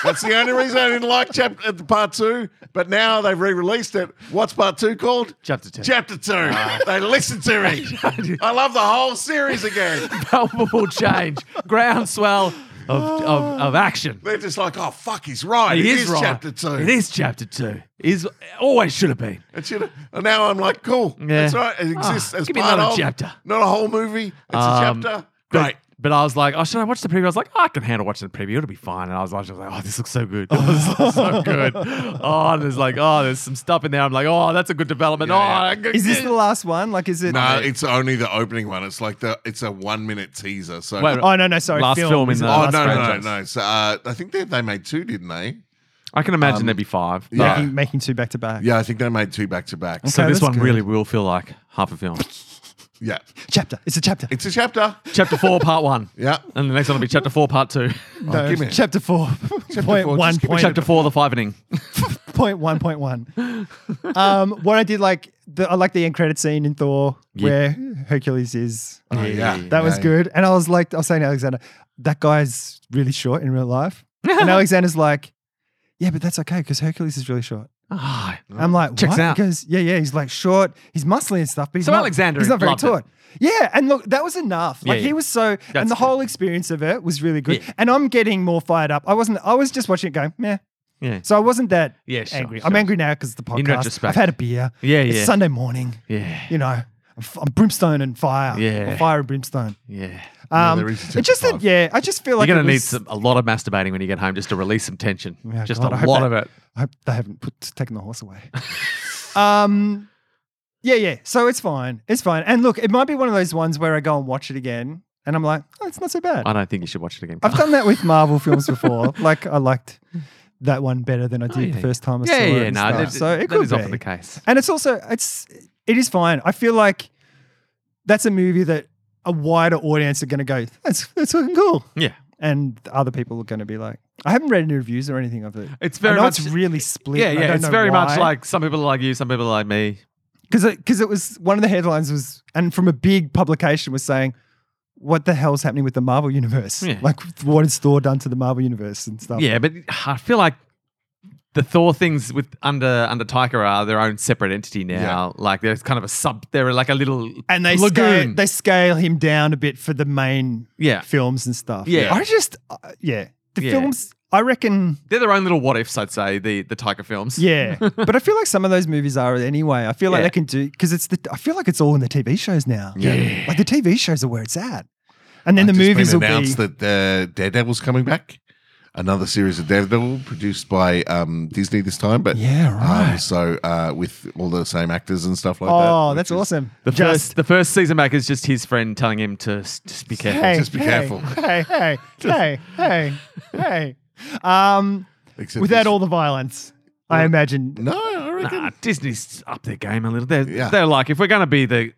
A: That's the only reason I didn't like chapter Part Two. But now they've re-released it. What's Part Two called?
D: Chapter Ah. Two.
A: Chapter Two. they listened to me. I love the whole series again.
D: palpable change, groundswell of, of, of action.
A: They're just like, oh fuck, he's right.
D: It is, right.
A: chapter two.
D: It is chapter two. Is always should have been.
A: It should- and now I'm like, cool.
D: Yeah.
A: That's right. It exists
D: Ah,
A: as
D: give me
A: part
D: another
A: of
D: chapter.
A: not a whole movie. It's
D: Um,
A: a chapter.
D: But
A: Great.
D: But I was like, oh, should I watch the preview? I was like, oh, I can handle watching the preview. It'll be fine. And I was watching, I was like, oh, this looks so good. Oh, this looks so good. Oh, and there's like, oh, there's some stuff in there. I'm like, oh, that's a good development. oh,
A: Yeah,
D: I-
C: Is this the last one? Like, is it?
A: No, it's only the opening one. It's like the it's a one minute teaser. So
D: Wait,
C: oh no, no, sorry.
D: Last film
C: Is
D: in
C: it
D: the-
A: oh
C: last
A: no, no, no,
D: franchise.
A: no. So uh, I think they they made two, didn't they?
D: I can imagine there'd be five.
A: Yeah.
C: Making, making two back to back.
A: Yeah, I think they made two back to back.
D: So
C: Okay,
D: this
C: that's
D: one
C: good.
D: really will feel like half a film.
A: Yeah,
C: Chapter. It's a chapter.
A: it's a chapter.
D: chapter four, part one.
A: Yeah.
D: And the next one will be chapter four, part two.
C: No,
A: Oh, give me it.
C: chapter four. Point
A: four,
C: one
A: just give me
C: point-
D: chapter four, the five inning.
C: point one point one. Um, what I did like the I like the end credit scene in Thor where Hercules is.
A: Oh, yeah,
C: That was
A: Yeah.
C: good. And I was like, I was saying to Alexander, that guy's really short in real life. and Alexander's like, yeah, but that's okay because Hercules is really short.
D: Ah,
C: I'm like,
D: Checks
C: what?
D: out.
C: Because yeah, yeah, he's like short, he's muscly and stuff, but he's
D: So
C: not,
D: Alexander
C: he's not very
D: loved it.
C: taut. Yeah, and look, that was enough. Like
D: Yeah, yeah.
C: he was so,
D: That's
C: and the
D: good.
C: whole experience of it was really good.
D: Yeah.
C: And I'm getting more fired up. I wasn't. I was just watching it going, meh.
D: yeah.
C: So I wasn't that
D: Yeah, sure,
C: angry.
D: sure.
C: I'm angry now because the podcast.
D: retrospect.
C: I've had a beer.
D: Yeah,
C: It's
D: yeah.
C: Sunday morning.
D: Yeah.
C: You know, I'm, f- I'm brimstone and fire.
D: Yeah.
C: Or fire and brimstone.
D: Yeah.
C: Um,
A: there is a
C: it just
A: typical
C: that, yeah. I just feel like
D: You're going
C: it
D: to need
C: was-
D: some, a lot of masturbating when you get home just to release some tension.
C: Yeah,
D: just
C: God, I
D: a
C: hope
D: lot
C: that-
D: of it.
C: I hope they haven't put taken the horse away. um, yeah, yeah. So it's fine. It's fine. And look, it might be one of those ones where I go and watch it again, and I'm like, oh, it's not so bad.
D: I don't think you should watch it again.
C: I've done that with Marvel films before. like I liked that one better than I did
D: Oh, yeah.
C: the first time I saw
D: yeah,
C: it.
D: yeah,
C: and
D: no.
C: stuff.
D: that-
C: so it
D: that
C: could
D: is
C: be.
D: often the case.
C: And it's also it's it is fine. I feel like that's a movie that a wider audience are going to go. That's that's fucking cool.
D: Yeah.
C: And other people are going to be like, I haven't read any reviews or anything of it.
D: It's
C: I
D: very
C: know
D: much.
C: it's really split.
D: yeah, yeah. It's very much like some people are like you, some people are like me.
C: because it, 'cause it was one of the headlines was and from a big publication was saying, what the hell's happening with the Marvel universe?
D: Yeah.
C: Like what has Thor done to the Marvel universe and stuff?
D: Yeah, but I feel like the Thor things with under under Taika are their own separate entity now. Like there's kind of a sub. They're like a little
C: And they scale,
D: lagoon.
C: they scale him down a bit for the main
D: yeah,
C: films and stuff.
D: Yeah.
C: I just, uh, yeah. The
D: Yeah.
C: films, I reckon,
D: they're their own little what ifs. I'd say the the Taika films.
C: yeah. but I feel like some of those movies are anyway. I feel like
D: Yeah.
C: they can do, because it's the, I feel like it's all in the TV shows now.
A: Yeah.
C: Like the TV shows are where it's at. And then
A: I've
C: the
A: just
C: movies
A: been
C: will be.
A: announced that uh, Daredevil's coming back. Another series of Daredevil produced by um, Disney this time, but
C: Yeah, right.
A: Um, so uh, with all the same actors and stuff like that.
C: oh,
A: which
C: that's
A: is-
C: awesome.
D: The
C: Just-
D: first the first season back is just his friend telling him to s- just be careful.
C: Hey,
A: Just be
C: hey,
A: careful.
C: Hey, hey, hey, hey, hey. Um,
A: Except
C: without
A: this-
C: all the violence, I imagine.
A: no, I reckon.
D: Nah, Disney's up their game a little. They're,
A: Yeah.
D: they're like, if we're going to be the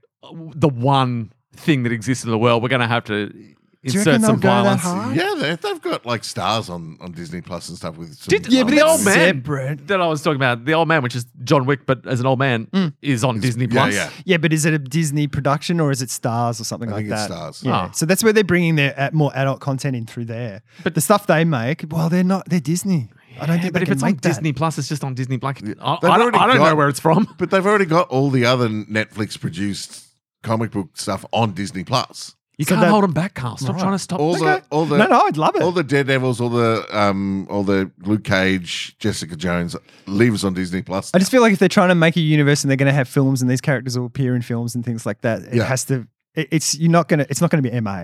D: the one thing that exists in the world, we're going to have to insert
C: reckon
D: some
C: they'll go that
D: violence.
C: hard?
A: Yeah, they, they've got like stars on, on Disney Plus and stuff with. Some,
D: Did, yeah, but the
A: um,
D: old man
C: Oh, separate.
D: that I was talking about, the old man, which is John Wick, but as an old man, is on Disney
A: yeah,
D: Plus.
A: yeah.
C: Mm. Yeah, but is it a Disney production or is it Stars or something
A: I
C: like
A: think it's
C: that?
A: Stars.
C: Yeah,
D: Ah.
C: so that's where they're bringing their uh, more adult content in through there. But the stuff they make, well, they're not. They're Disney. I don't think
D: but
C: they
D: if
C: can
D: it's on
C: make that.
D: Disney Plus, it's just on Disney Plus. I,
A: They've
D: I don't,
A: already
D: I don't
A: got-
D: know where it's from.
A: But they've already got all the other Netflix produced comic book stuff on Disney Plus.
D: You
C: So
D: can't
C: that-
D: hold them back, Carl. Stop trying to stop.
A: All
D: them.
A: the all the
C: no, no, I'd love it.
A: all the Daredevils, all the um, all the Luke Cage, Jessica Jones lives on Disney Plus.
C: I just feel like if they're trying to make a universe and they're going to have films and these characters will appear in films and things like that, it
A: Yeah.
C: has to. It, it's you're not gonna. It's not going to be MA.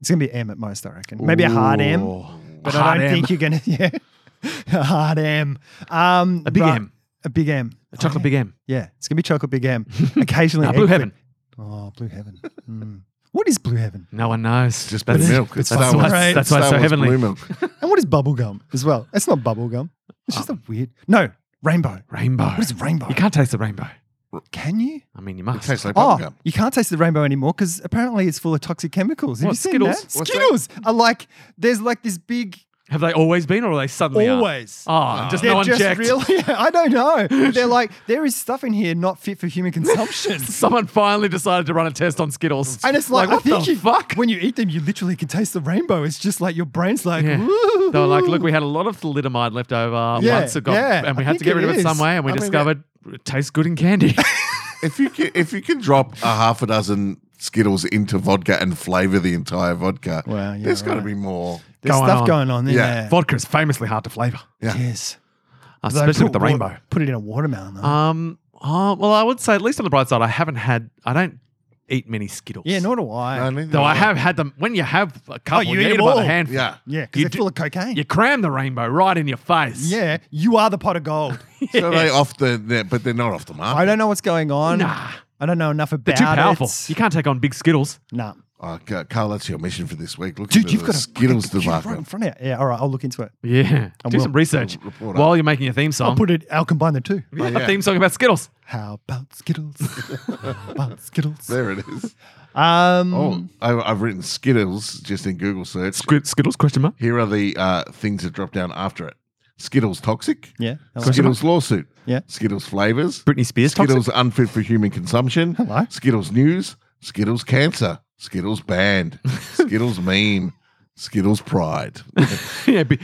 C: It's going to be M at most, I reckon. Maybe a hard M,
D: Ooh.
C: but uh,
D: A
C: I
D: hard
C: don't
D: M.
C: think you're going to. Yeah, a hard M. Um,
D: A big
C: right.
D: M.
C: A big M.
D: A chocolate big M.
C: Yeah, it's going to be chocolate big M. Occasionally,
D: Nah, Blue
C: egg-
D: Heaven.
C: Oh, blue heaven. Mm. What is blue heaven?
D: No one knows.
A: just blue
D: That's-
A: milk.
C: it's
A: Star
C: fine.
A: Wars.
C: Right.
D: That's why it's
A: Star
D: so
A: Wars
D: heavenly.
A: Blue milk.
C: And what is bubble gum as well? It's not bubble gum.
D: Uh,
C: It's just a weird. No, rainbow.
D: Rainbow.
C: What is rainbow?
D: You can't taste the rainbow.
C: Can you?
D: I mean, you must.
A: It tastes like
C: Oh,
A: bubblegum. gum.
C: you can't taste the rainbow anymore because apparently it's full of toxic chemicals. Have
D: What,
C: you seen
D: Skittles?
C: that?
A: What's that?
C: Skittles are like there's like this big
D: Have they always been, or are they suddenly? are?
C: always.
D: Oh, just
C: They're
D: no one
C: just
D: checked.
C: really. I don't know. But They're like there is stuff in here not fit for human consumption.
D: Someone finally decided to run a test on Skittles.
C: And it's like,
D: what
C: I think
D: the
C: you,
D: fuck?
C: when you eat them, you literally can taste the rainbow. It's just like your brain's like,
D: Yeah.
C: "Ooh."
D: They were like, look, we had a lot of thalidomide left over
C: Yeah,
D: once ago,
C: yeah,
D: and we
C: I
D: had to
C: think
D: get
C: it
D: rid of it
C: is.
D: some way, and we
C: I mean,
D: discovered it tastes good in candy.
A: If you can, if you can drop a half a dozen Skittles into vodka and flavor the entire vodka,
C: Wow, yeah,
A: there's got to
C: right.
A: be more.
C: There's
D: going
C: stuff
D: on.
C: going on in
A: Yeah.
C: there.
D: Vodka is famously hard to flavour,
A: Yeah.
C: Yes.
D: Uh, especially with
C: Put
D: the
C: wa-
D: rainbow. Uh,
C: Put it in a watermelon. Though.
D: Um, oh, well, I would say, at least on the bright side, I haven't had, I don't eat many Skittles.
C: Yeah, nor do I.
A: No, neither
D: Though
A: do
D: I have had them. When you have a couple,
C: you
D: you,
C: eat
D: eat
C: them
D: about
C: all.
D: a handful.
A: Yeah.
C: yeah, because
D: You
C: they're
D: do-
C: full of cocaine.
D: You cram the rainbow right in your face.
C: yeah, you are the pot of gold.
A: So they off the, they're- but they're not off the
C: I
A: market.
C: don't know what's going on.
D: Nah.
C: I don't know enough about
D: They're too powerful.
C: it.
D: You can't take on big Skittles.
C: Nah.
A: Oh, Ca- Carl, that's your mission for this week. Look
C: Dude,
A: into
C: you've
A: the
C: got a
A: Skittles
C: fucking computer right in
A: debacle.
C: front of you. Yeah, all right, I'll look into it.
D: Yeah. Do
C: will.
D: some research
A: We'll report up.
D: while you're making a theme song.
C: I'll put it. I'll combine the two.
D: a theme song about Skittles.
C: How about Skittles? How about Skittles.
A: There it is.
C: Um,
A: Oh, I, I've written Skittles just in Google search.
D: Skittles question mark.
A: Here are the uh, things that drop down after it Skittles toxic.
C: yeah. that was-
A: Skittles lawsuit.
C: Yeah.
A: Skittles flavors.
D: Britney Spears.
A: Skittles
D: toxic?
A: unfit for human consumption.
C: Hello.
A: Skittles news. Skittles cancer. Skittles banned. Skittles mean. Skittles pride.
D: yeah, be-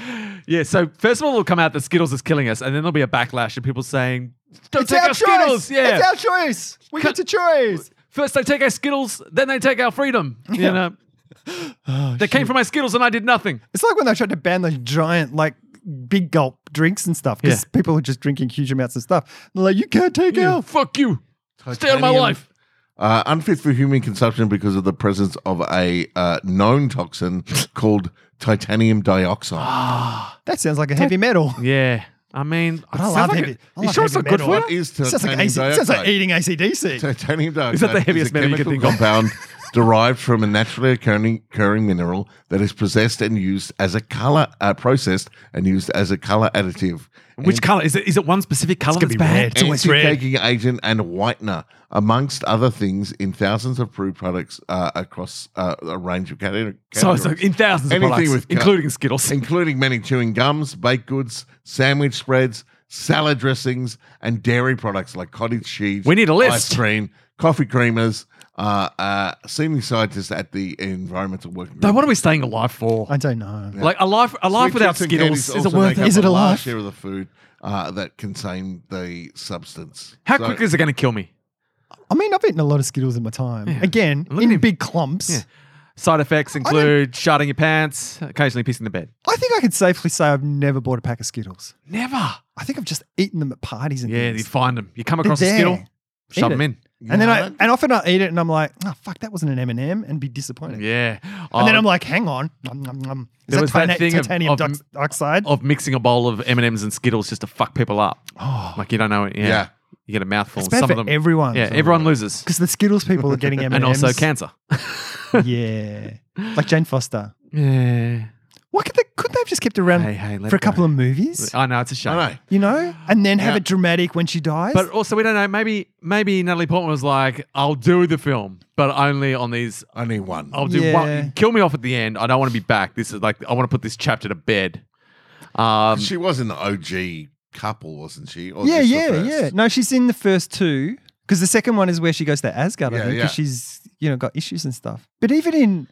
D: yeah. So first of all, it'll come out that Skittles is killing us, and then there'll be a backlash of people saying, "Don't
C: It's
D: take
C: our
D: our,
C: choice.
D: Skittles." Yeah.
C: It's our choice. We get to choose.
D: First they take our Skittles, then they take our freedom. You know,
C: Oh,
D: they came for my Skittles, and I did nothing.
C: It's like when they tried to ban those giant, like, big gulp drinks and stuff because
D: Yeah.
C: people are just drinking huge amounts of stuff. They're like, you can't take
D: Yeah,
C: out.
D: fuck you. Stay out of my
A: Titanium.
D: life.
A: Uh, unfit for human consumption because of the presence of a uh, known toxin called titanium
D: Ah.
A: dioxide.
C: That sounds like a heavy metal.
D: Yeah. I mean,
C: I
D: sounds
C: love
D: like
C: heavy- I
D: you
C: love
D: sure it's
C: heavy
D: not good
C: metal.
D: for
A: What
D: you?
A: is
C: Sounds like,
A: titanium
C: AC,
A: dioxide?
C: sounds like eating ACDC.
A: Titanium dioxide
D: the heaviest
A: a
D: metal you could
A: chemical
D: think of?
A: compound derived from a naturally occurring, occurring mineral that is possessed and used as a color, uh, processed and used as a color additive.
D: Which color is it? Is it one specific color that's
C: be
D: bad?
C: red. It's always
A: Anti-caking agent and whitener, amongst other things, in thousands of brew products uh, across uh, a range of cate- categories.
D: So it's like in thousands of
A: Anything
D: products,
A: with co-
D: including Skittles.
A: including many chewing gums, baked goods, sandwich spreads, salad dressings, and dairy products like cottage cheese.
D: We need a list.
A: Ice cream, coffee creamers. Uh, uh, senior scientist at the Environmental Working
D: Though,
A: Group.
D: what are we staying alive for?
C: I don't know.
D: Like a life, a life
A: Sweet
D: without
A: treats and
D: Skittles
A: candies
D: is it
A: also
D: worth
A: make
D: it?
A: up
C: Is it
A: a large
C: alive?
A: Share of the food uh, that contain the substance.
D: How
A: So-
D: quick is it going to kill me?
C: I mean, I've eaten a lot of Skittles in my time. Again,
D: Look at
C: in
D: him.
C: big clumps.
D: Yeah. Side effects include sharding your pants, occasionally pissing the bed.
C: I think I could safely say I've never bought a pack of Skittles.
D: Never.
C: I think I've just eaten them at parties and
D: Yeah, you
C: things.
D: find them. You come
C: They're
D: across a
C: there.
D: Skittle,
C: Eat
D: shove
C: it.
D: them in.
A: You
C: And then
A: know
C: I
A: that?
C: and often I eat it and I'm like, oh fuck, that wasn't an M and m and be disappointed.
D: Yeah. Oh,
C: And then I'm like, hang on, nom, nom, nom. is
D: There
C: that,
D: was that
C: titanium-
D: thing of-
C: titanium
D: of-
C: dox- oxide?
D: of mixing a bowl of M and M's and Skittles just to fuck people up.
C: Oh,
D: Like you don't know it. Yeah.
A: Yeah.
D: You get a mouthful.
C: it's
D: and
C: bad
D: Some
C: for
D: of them.
C: everyone.
D: yeah. Everyone loses.
C: because the Skittles people are getting M
D: And also cancer.
C: yeah, like Jane Foster.
D: Yeah.
C: What could they? Couldn't they have just kept around
D: Hey, hey, let
C: Um, for a
D: go. Uh,
C: couple of movies?
D: I know it's a shame.
A: I know.
C: You know, and then have
A: Yeah.
C: it dramatic when she dies.
D: But also, we don't know. Maybe, maybe Natalie Portman was like, "I'll do the film, but only on these.
A: Only one.
D: I'll do
C: Yeah.
D: one. Kill me off at the end. I don't want to be back. This is like, I want to put this chapter to bed." Um,
A: she was in the OG couple, wasn't she? Or
C: yeah,
A: just the
C: yeah,
A: first?
C: yeah. No, she's in the first two because the second one is where she goes to Asgard. I
A: Yeah,
C: think
A: yeah.
C: because she's you know got issues and stuff. But even in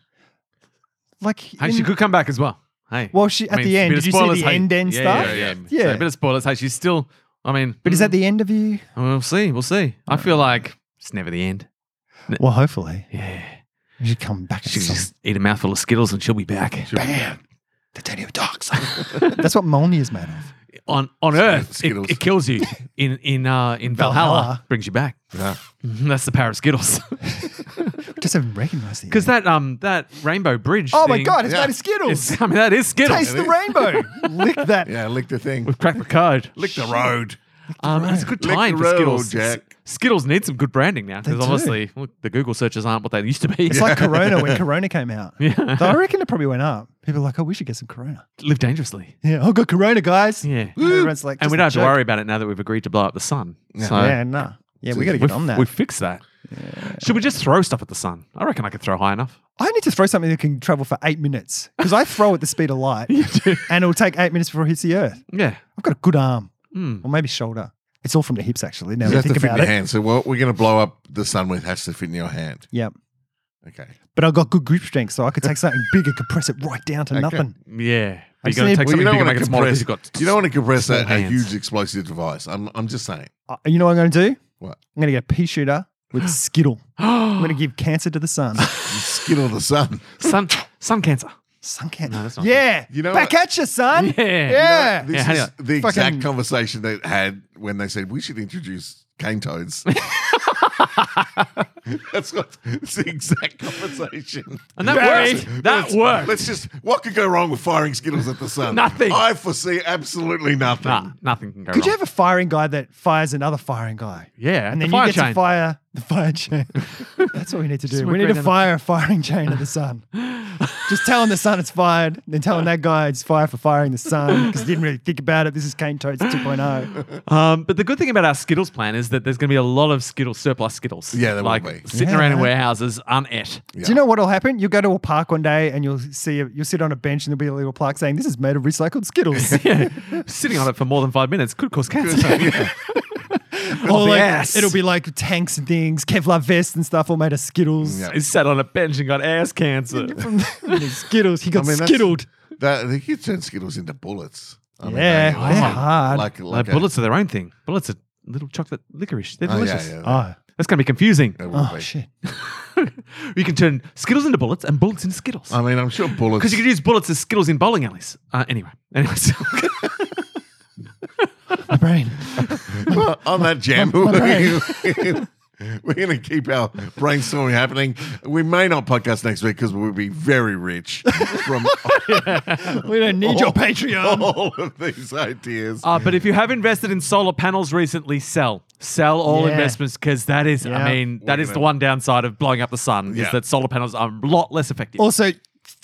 C: like,
D: hey,
C: in-
D: she could come back as well. Hey,
C: well, she at
D: I mean,
C: the
D: it's a
C: end.
D: bit of
C: Did you see
D: spoilers,
C: the
D: hey.
C: end end
D: yeah,
C: stuff?
D: Yeah, yeah,
C: Yeah.
D: yeah. So a bit of spoilers. Hey, she's still. I mean,
C: But is that
D: mm,
C: the end of you?
D: We'll see. We'll see. I feel like it's never the end.
C: Well, hopefully
D: Yeah,
C: you come back.
D: she
C: She's
D: can just eat a mouthful of Skittles and she'll be back.
A: Bam.
C: titanium dogs. That's what Molny is made of.
D: On on Earth, it,
A: Skittles.
D: it kills you. In in uh, in Valhalla,
C: Valhalla.
D: brings you back.
A: Yeah.
D: Mhm, That's the power of Skittles.
C: Just haven't recognised it.
D: Because that um that rainbow bridge.
C: oh my
D: thing
C: god, it's
A: Yeah.
C: made of Skittles.
D: is- I mean that is Skittles.
C: Taste the rainbow. Lick that.
A: Yeah, lick the thing.
D: We've cracked the code.
A: Lick the road.
D: Um, and it's a good
A: Lick
D: time
A: the
D: for
A: road,
D: Skittles.
A: Jack.
D: Skittles need some good branding now
C: They
D: because
C: do.
D: obviously look, the Google searches aren't what they used to be.
C: It's like Corona when Corona came out.
D: Yeah.
C: Though I reckon it probably went up. People are like, oh, we should get some Corona.
D: live dangerously.
C: Yeah, oh, got Corona, guys.
D: Yeah.
C: And everyone's like,
D: And
C: "Just
D: we
C: a
D: don't have to
C: joke."
D: worry about it now that we've agreed to blow up the sun. So
C: Yeah, nah. Yeah, we got to get
D: we've,
C: on that.
D: we've fixed that. Should we just throw stuff at the sun? I reckon I could throw high enough.
C: I need to throw something that can travel for eight minutes because I throw at the speed of light and it'll take eight minutes before it hits the earth.
D: Yeah.
C: I've got a good arm
D: Mm.
C: or maybe shoulder. It's all from the hips, actually. Now
A: You
C: we
A: have to
C: think
A: fit in
C: about
A: your
C: it.
A: hand. So what we're going to blow up the sun with has to fit in your hand.
C: Yeah.
A: Okay.
C: But I've got good grip strength, so I could take something big and compress it right down to nothing.
D: Yeah.
C: I
D: But you got
A: Well,
D: to take
C: said-
A: you
D: something
A: don't
D: big and
A: want
D: make
A: to
D: it smaller
A: compress.
D: because you've got.
A: You don't want to compress
D: small
A: a, a
D: hands.
A: huge explosive device. I'm, I'm just saying.
C: Uh, you know what I'm going to do?
A: What?
C: I'm going to get a pea shooter with a Skittle. I'm
D: want
C: going to give cancer to the sun.
A: You skittle the sun.
D: sun sun cancer.
C: sun cancer.
D: No, that's not
C: yeah.
A: You know
C: Back
A: what-
C: at you, son.
D: Yeah.
C: Yeah.
A: This
D: Yeah, hang
A: is
D: on.
A: the exact
C: Fucking-
A: conversation they had when they said we should introduce cane toads. That's what it's the exact conversation.
D: And that
A: Barry,
D: works. That
A: let's-
D: works.
A: Let's just what could go wrong with firing Skittles at the sun?
D: Nothing.
A: I foresee absolutely nothing.
D: Nah, nothing can go
C: Could you
D: wrong.
C: have a firing guy that fires another firing guy?
D: Yeah,
C: and
D: the
C: then
D: fire
C: you get
D: chain.
C: to fire the fire chain. That's what we need to do.
D: Smoke
C: We need
D: grenade
C: to
D: on-
C: fire a firing chain at the sun. Just telling the sun it's fired, then telling that guy it's fire for firing the sun because he didn't really think about it. This is Cane Toads 2.0.
D: Um, but the good thing about our Skittles plan is that there's going to be a lot of Skittles surplus Skittles.
A: Yeah, there will
D: like,
A: be.
D: sitting around in
C: Yeah.
D: warehouses, unet.
A: Yeah.
C: Do you know what'll happen? You'll go to a park one day and you'll see a, you'll sit on a bench and there'll be a little plaque saying this is made of recycled Skittles.
D: Yeah, sitting on it for more than five minutes could cause cancer.
A: Yeah.
C: or like,
D: Yes.
C: it'll be like tanks and things, Kevlar vests and stuff all made of Skittles.
A: Yeah.
D: He sat on a bench and got ass cancer.
C: Skittles. He got
A: I mean, that's-
C: skittled.
A: That they could turn Skittles into bullets. I mean,
C: Yeah,
A: they are
C: they're hard.
A: Like,
D: Uh,
A: like a-
D: bullets are their own thing. Bullets are little chocolate licorice. They're
A: Oh, yeah,
D: delicious.
A: yeah,
C: Oh,
D: That's going to be confusing.
A: they will
C: oh
A: be.
C: shit.
D: you can turn Skittles into bullets and bullets into Skittles.
A: I mean, I'm sure bullets.
D: Because you could use bullets as Skittles in bowling alleys. Uh, anyway, anyway, so-
C: My brain.
A: Well, on that jam,
C: My
A: we're going to keep our brainstorming happening. We may not podcast next week because we'll be very rich from
C: We don't need your Patreon.
A: all of these ideas.
D: uh, but if you have invested in solar panels recently, sell, sell all
C: Yeah.
D: investments because that is,
C: Yeah.
D: I mean, that
A: We're
D: is the
A: gonna-
D: one downside of blowing up the sun is
A: Yeah. Oh.
D: that solar panels are a lot less effective.
C: Also,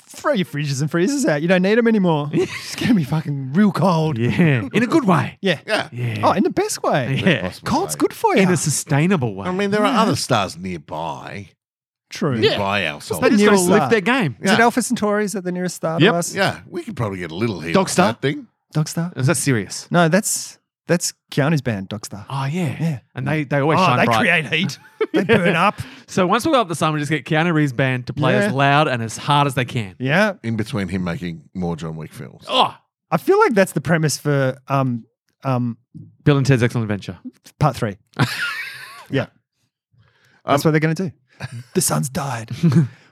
C: throw your fridges and freezers out. You don't need them anymore. it's going to be fucking real cold.
D: yeah, in a good way.
C: Yeah.
A: yeah.
D: Yeah.
C: Oh, in the best way.
D: Yeah.
A: Possible
C: Cold's
A: way.
C: good for you.
D: in a sustainable way.
A: I mean, there are other stars nearby.
C: True.
A: Nearby our
D: they
A: solar.
D: just
C: near
D: got to
C: us
D: lift
C: are-
D: their game.
C: Is it
A: Yeah.
C: Alpha Centauri? Is that the nearest star
D: Yep.
C: to us?
A: Yeah, we could probably get a little heat.
D: Dog
A: off
D: star?
A: That thing.
C: Dog Star?
D: Is that serious?
C: No, that's that's Keanu's band, Dog Star.
D: Oh yeah,
C: Yeah.
D: And they they always
C: oh,
D: shine
C: they
D: bright.
C: create heat. They burn up.
D: so once we go up the sun, we just get Keanu Reeves' band to play
C: Yeah.
D: as loud and as hard as they can.
C: Yeah.
A: In between him making more John Wick films.
D: Oh,
C: I feel like that's the premise for um um
D: Bill and Ted's Excellent Adventure.
C: part three. yeah. That's what they're going to do. The sun's died.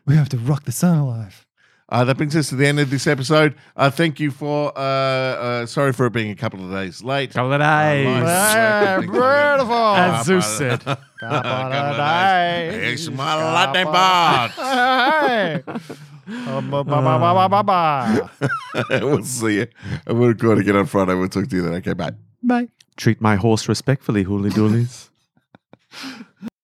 C: we have to rock the sun alive.
A: Uh, that brings us to the end of this episode. Uh, thank you for. Uh, uh, sorry for it being a couple of days late.
D: Couple of
A: Oh,
D: days.
C: Yeah, beautiful.
D: As Zeus said.
C: Couple of days.
A: It's my latte box.
C: Hey. Um, ba- ba- ba- ba- ba- ba.
A: we'll see you. We'll record again on Friday. We'll talk to you then. Okay, bye.
C: Bye.
D: Treat my horse respectfully, hooly doolies.